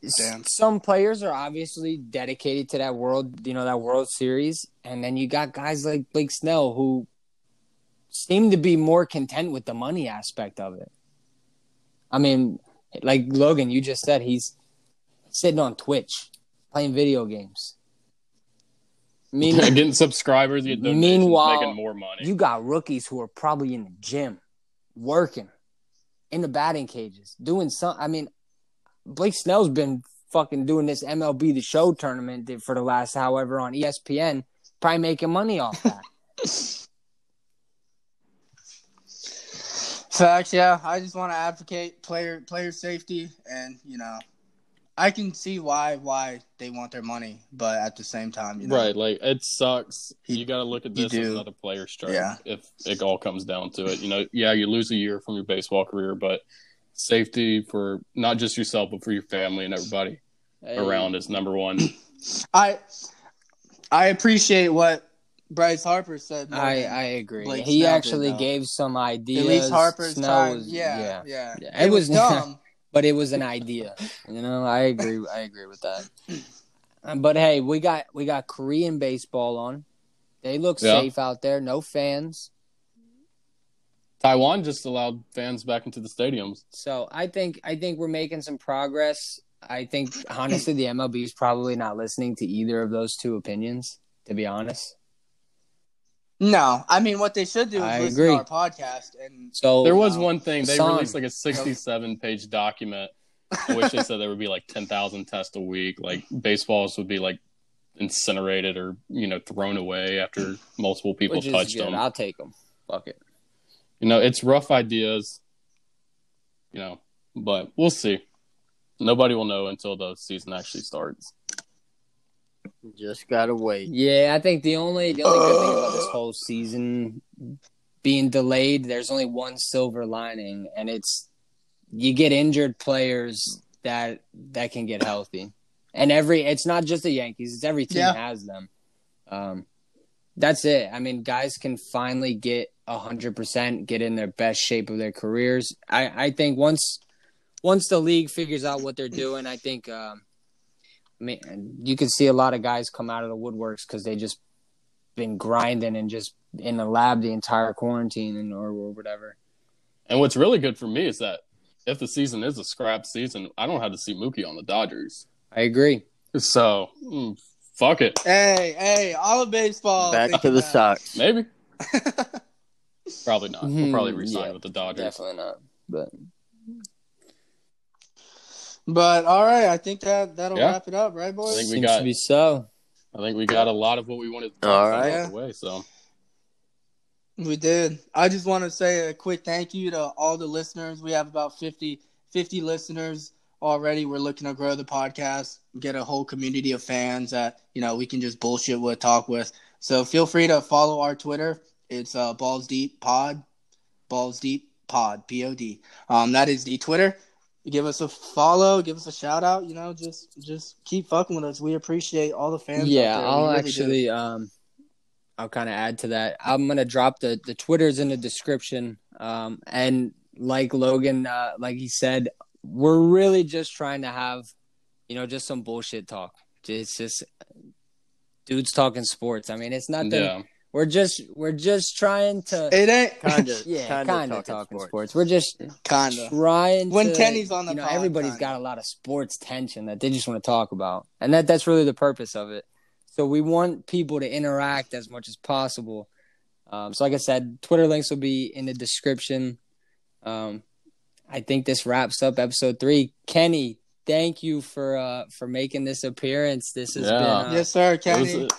B: s-
A: Damn.
B: some players are obviously dedicated to that world, you know, that World Series, and then you got guys like Blake Snell who seem to be more content with the money aspect of it. I mean, like Logan, you just said he's sitting on Twitch playing video games. Meanwhile,
D: getting subscribers, getting donations,
B: Meanwhile,
D: making more money.
B: you got rookies who are probably in the gym, working, in the batting cages, doing some. I mean, Blake Snell's been fucking doing this MLB The Show tournament did for the last however on E ESPN, probably making money off that.
A: Facts, yeah. I just want to advocate player player safety, and you know, I can see why why they want their money, but at the same time, you know,
D: Right, like it sucks.
A: You-
D: you got to look at
A: you
D: this as
A: do.
D: another player strike.
A: Yeah.
D: If it all comes down to it, you know, yeah, you lose a year from your baseball career, but safety for not just yourself but for your family and everybody around is number one.
A: I I appreciate what Bryce Harper said. more
B: I
A: than-
B: I agree.
A: Blake
B: he
A: Snell did,
B: actually
A: though.
B: gave some ideas.
A: at least Harper's
B: Snell
A: time.
B: was-
A: yeah, yeah,
B: Yeah, it was-
A: dumb.
B: but it was an idea. You know, I agree. I agree with that. Um, but hey, we got we got Korean baseball on. They look
D: Yeah.
B: safe out there. No fans.
D: Taiwan just allowed fans back into the stadiums.
B: So I think I think we're making some progress. I think honestly, the MLB is probably not listening to either of those two opinions. To be honest,
A: no, I mean what they should do is
B: I
A: listen
B: agree.
A: to our podcast and
B: so
D: There was
A: wow.
D: one thing they
B: Son.
D: released like a 67 page document. I wish they said there would be like 10,000 tests a week. Like baseballs would be like incinerated or you know thrown away after multiple people
B: which is
D: touched
B: good.
D: them.
B: I'll take them. Fuck it.
D: you know, it's rough ideas, you know, but we'll see. Nobody will know until the season actually starts.
C: Just gotta wait.
B: Yeah, I think the only the only good thing about this whole season being delayed, there's only one silver lining, and it's you get injured players that that can get healthy, and every it's not just the Yankees; it's every team
A: Yeah.
B: has them. Um, that's it. I mean, guys can finally get hundred percent, get in their best shape of their careers. I I think once once the league figures out what they're doing, I think. Um, I mean, you can see a lot of guys come out of the woodworks because they just been grinding and just in the lab the entire quarantine and or, or whatever.
D: And what's really good for me is that if the season is a scrap season, I don't have to see Mookie on the Dodgers.
B: I agree.
D: So, mm, fuck it.
A: hey hey all of baseball
C: Back
A: think
C: to the
A: about it.
C: Sox.
D: Maybe. probably not.
A: Hmm.
D: We'll probably
B: Mhm,
D: resign
B: yeah,
D: with the Dodgers.
B: Definitely not. But
A: But all right, I think that that'll
D: Yeah.
A: wrap it up, right, boys?
D: I think we
B: seems
D: got-
B: to be so.
D: I think we got a lot of what we wanted to
C: All
D: talk about
A: right.
D: out the way. So,
A: We did. I just want to say a quick thank you to all the listeners. We have about 50, 50 listeners already. We're looking to grow the podcast, get a whole community of fans that, you know, we can just bullshit with, talk with. So feel free to follow our Twitter. It's uh, Balls Deep Pod. Balls Deep Pod. P O D. Um, that is the Twitter. Give us a follow. Give us a shout out. You know, just just keep fucking with us. We appreciate all the fans. out
B: Yeah,
A: there. We
B: I'll
A: really do.
B: actually um I'll kind of add to that. I'm going to drop the the Twitters in the description um and like Logan uh like he said, we're really just trying to have you know just some bullshit talk. It's just dudes talking sports. I mean, it's nothing.
D: yeah.
B: We're just we're just trying to
A: It ain't
C: Kinda,
B: yeah,
C: kinda,
B: kind of
C: talking,
B: talking sports.
C: sports.
B: We're just
A: kind of.
B: trying
A: When
B: to,
A: Kenny's on the
B: you know,
A: pod,
B: everybody's
A: kinda.
B: got a lot of sports tension that they just want to talk about, and that that's really the purpose of it. So we want people to interact as much as possible. Um, so, like I said, Twitter links will be in the description. Um, I think this wraps up episode three. Kenny, thank you for uh, for making this appearance. This has
D: Yeah.
B: been uh,
A: Yes, sir,
D: It
A: Kenny.
D: was,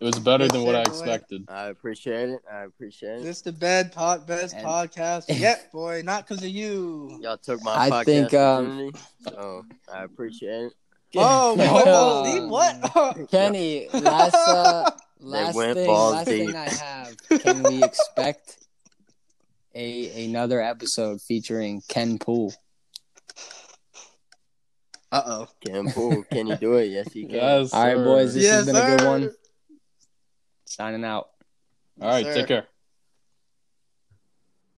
D: it was better than what I
A: Yes, sir, boy.
D: expected.
C: I appreciate it. I appreciate it.
A: This the bed pod best
B: And-
A: podcast yet, boy. Not because of you.
C: Y'all took my
B: I
C: podcast
B: think, um,
C: opportunity, so I appreciate it.
A: Oh,
B: Yeah.
A: what? what? what?
B: Kenny. Last uh, last
C: went
B: thing,
C: balls
B: last
C: deep.
B: thing I have. Can we expect a another episode featuring Ken Poole?
A: Uh oh.
C: Can pull? Can you do it? Yes, you can.
D: Yes,
B: All right, boys,
D: sir.
B: This has been a good one. Signing out.
D: All right,
A: sir.
D: take care.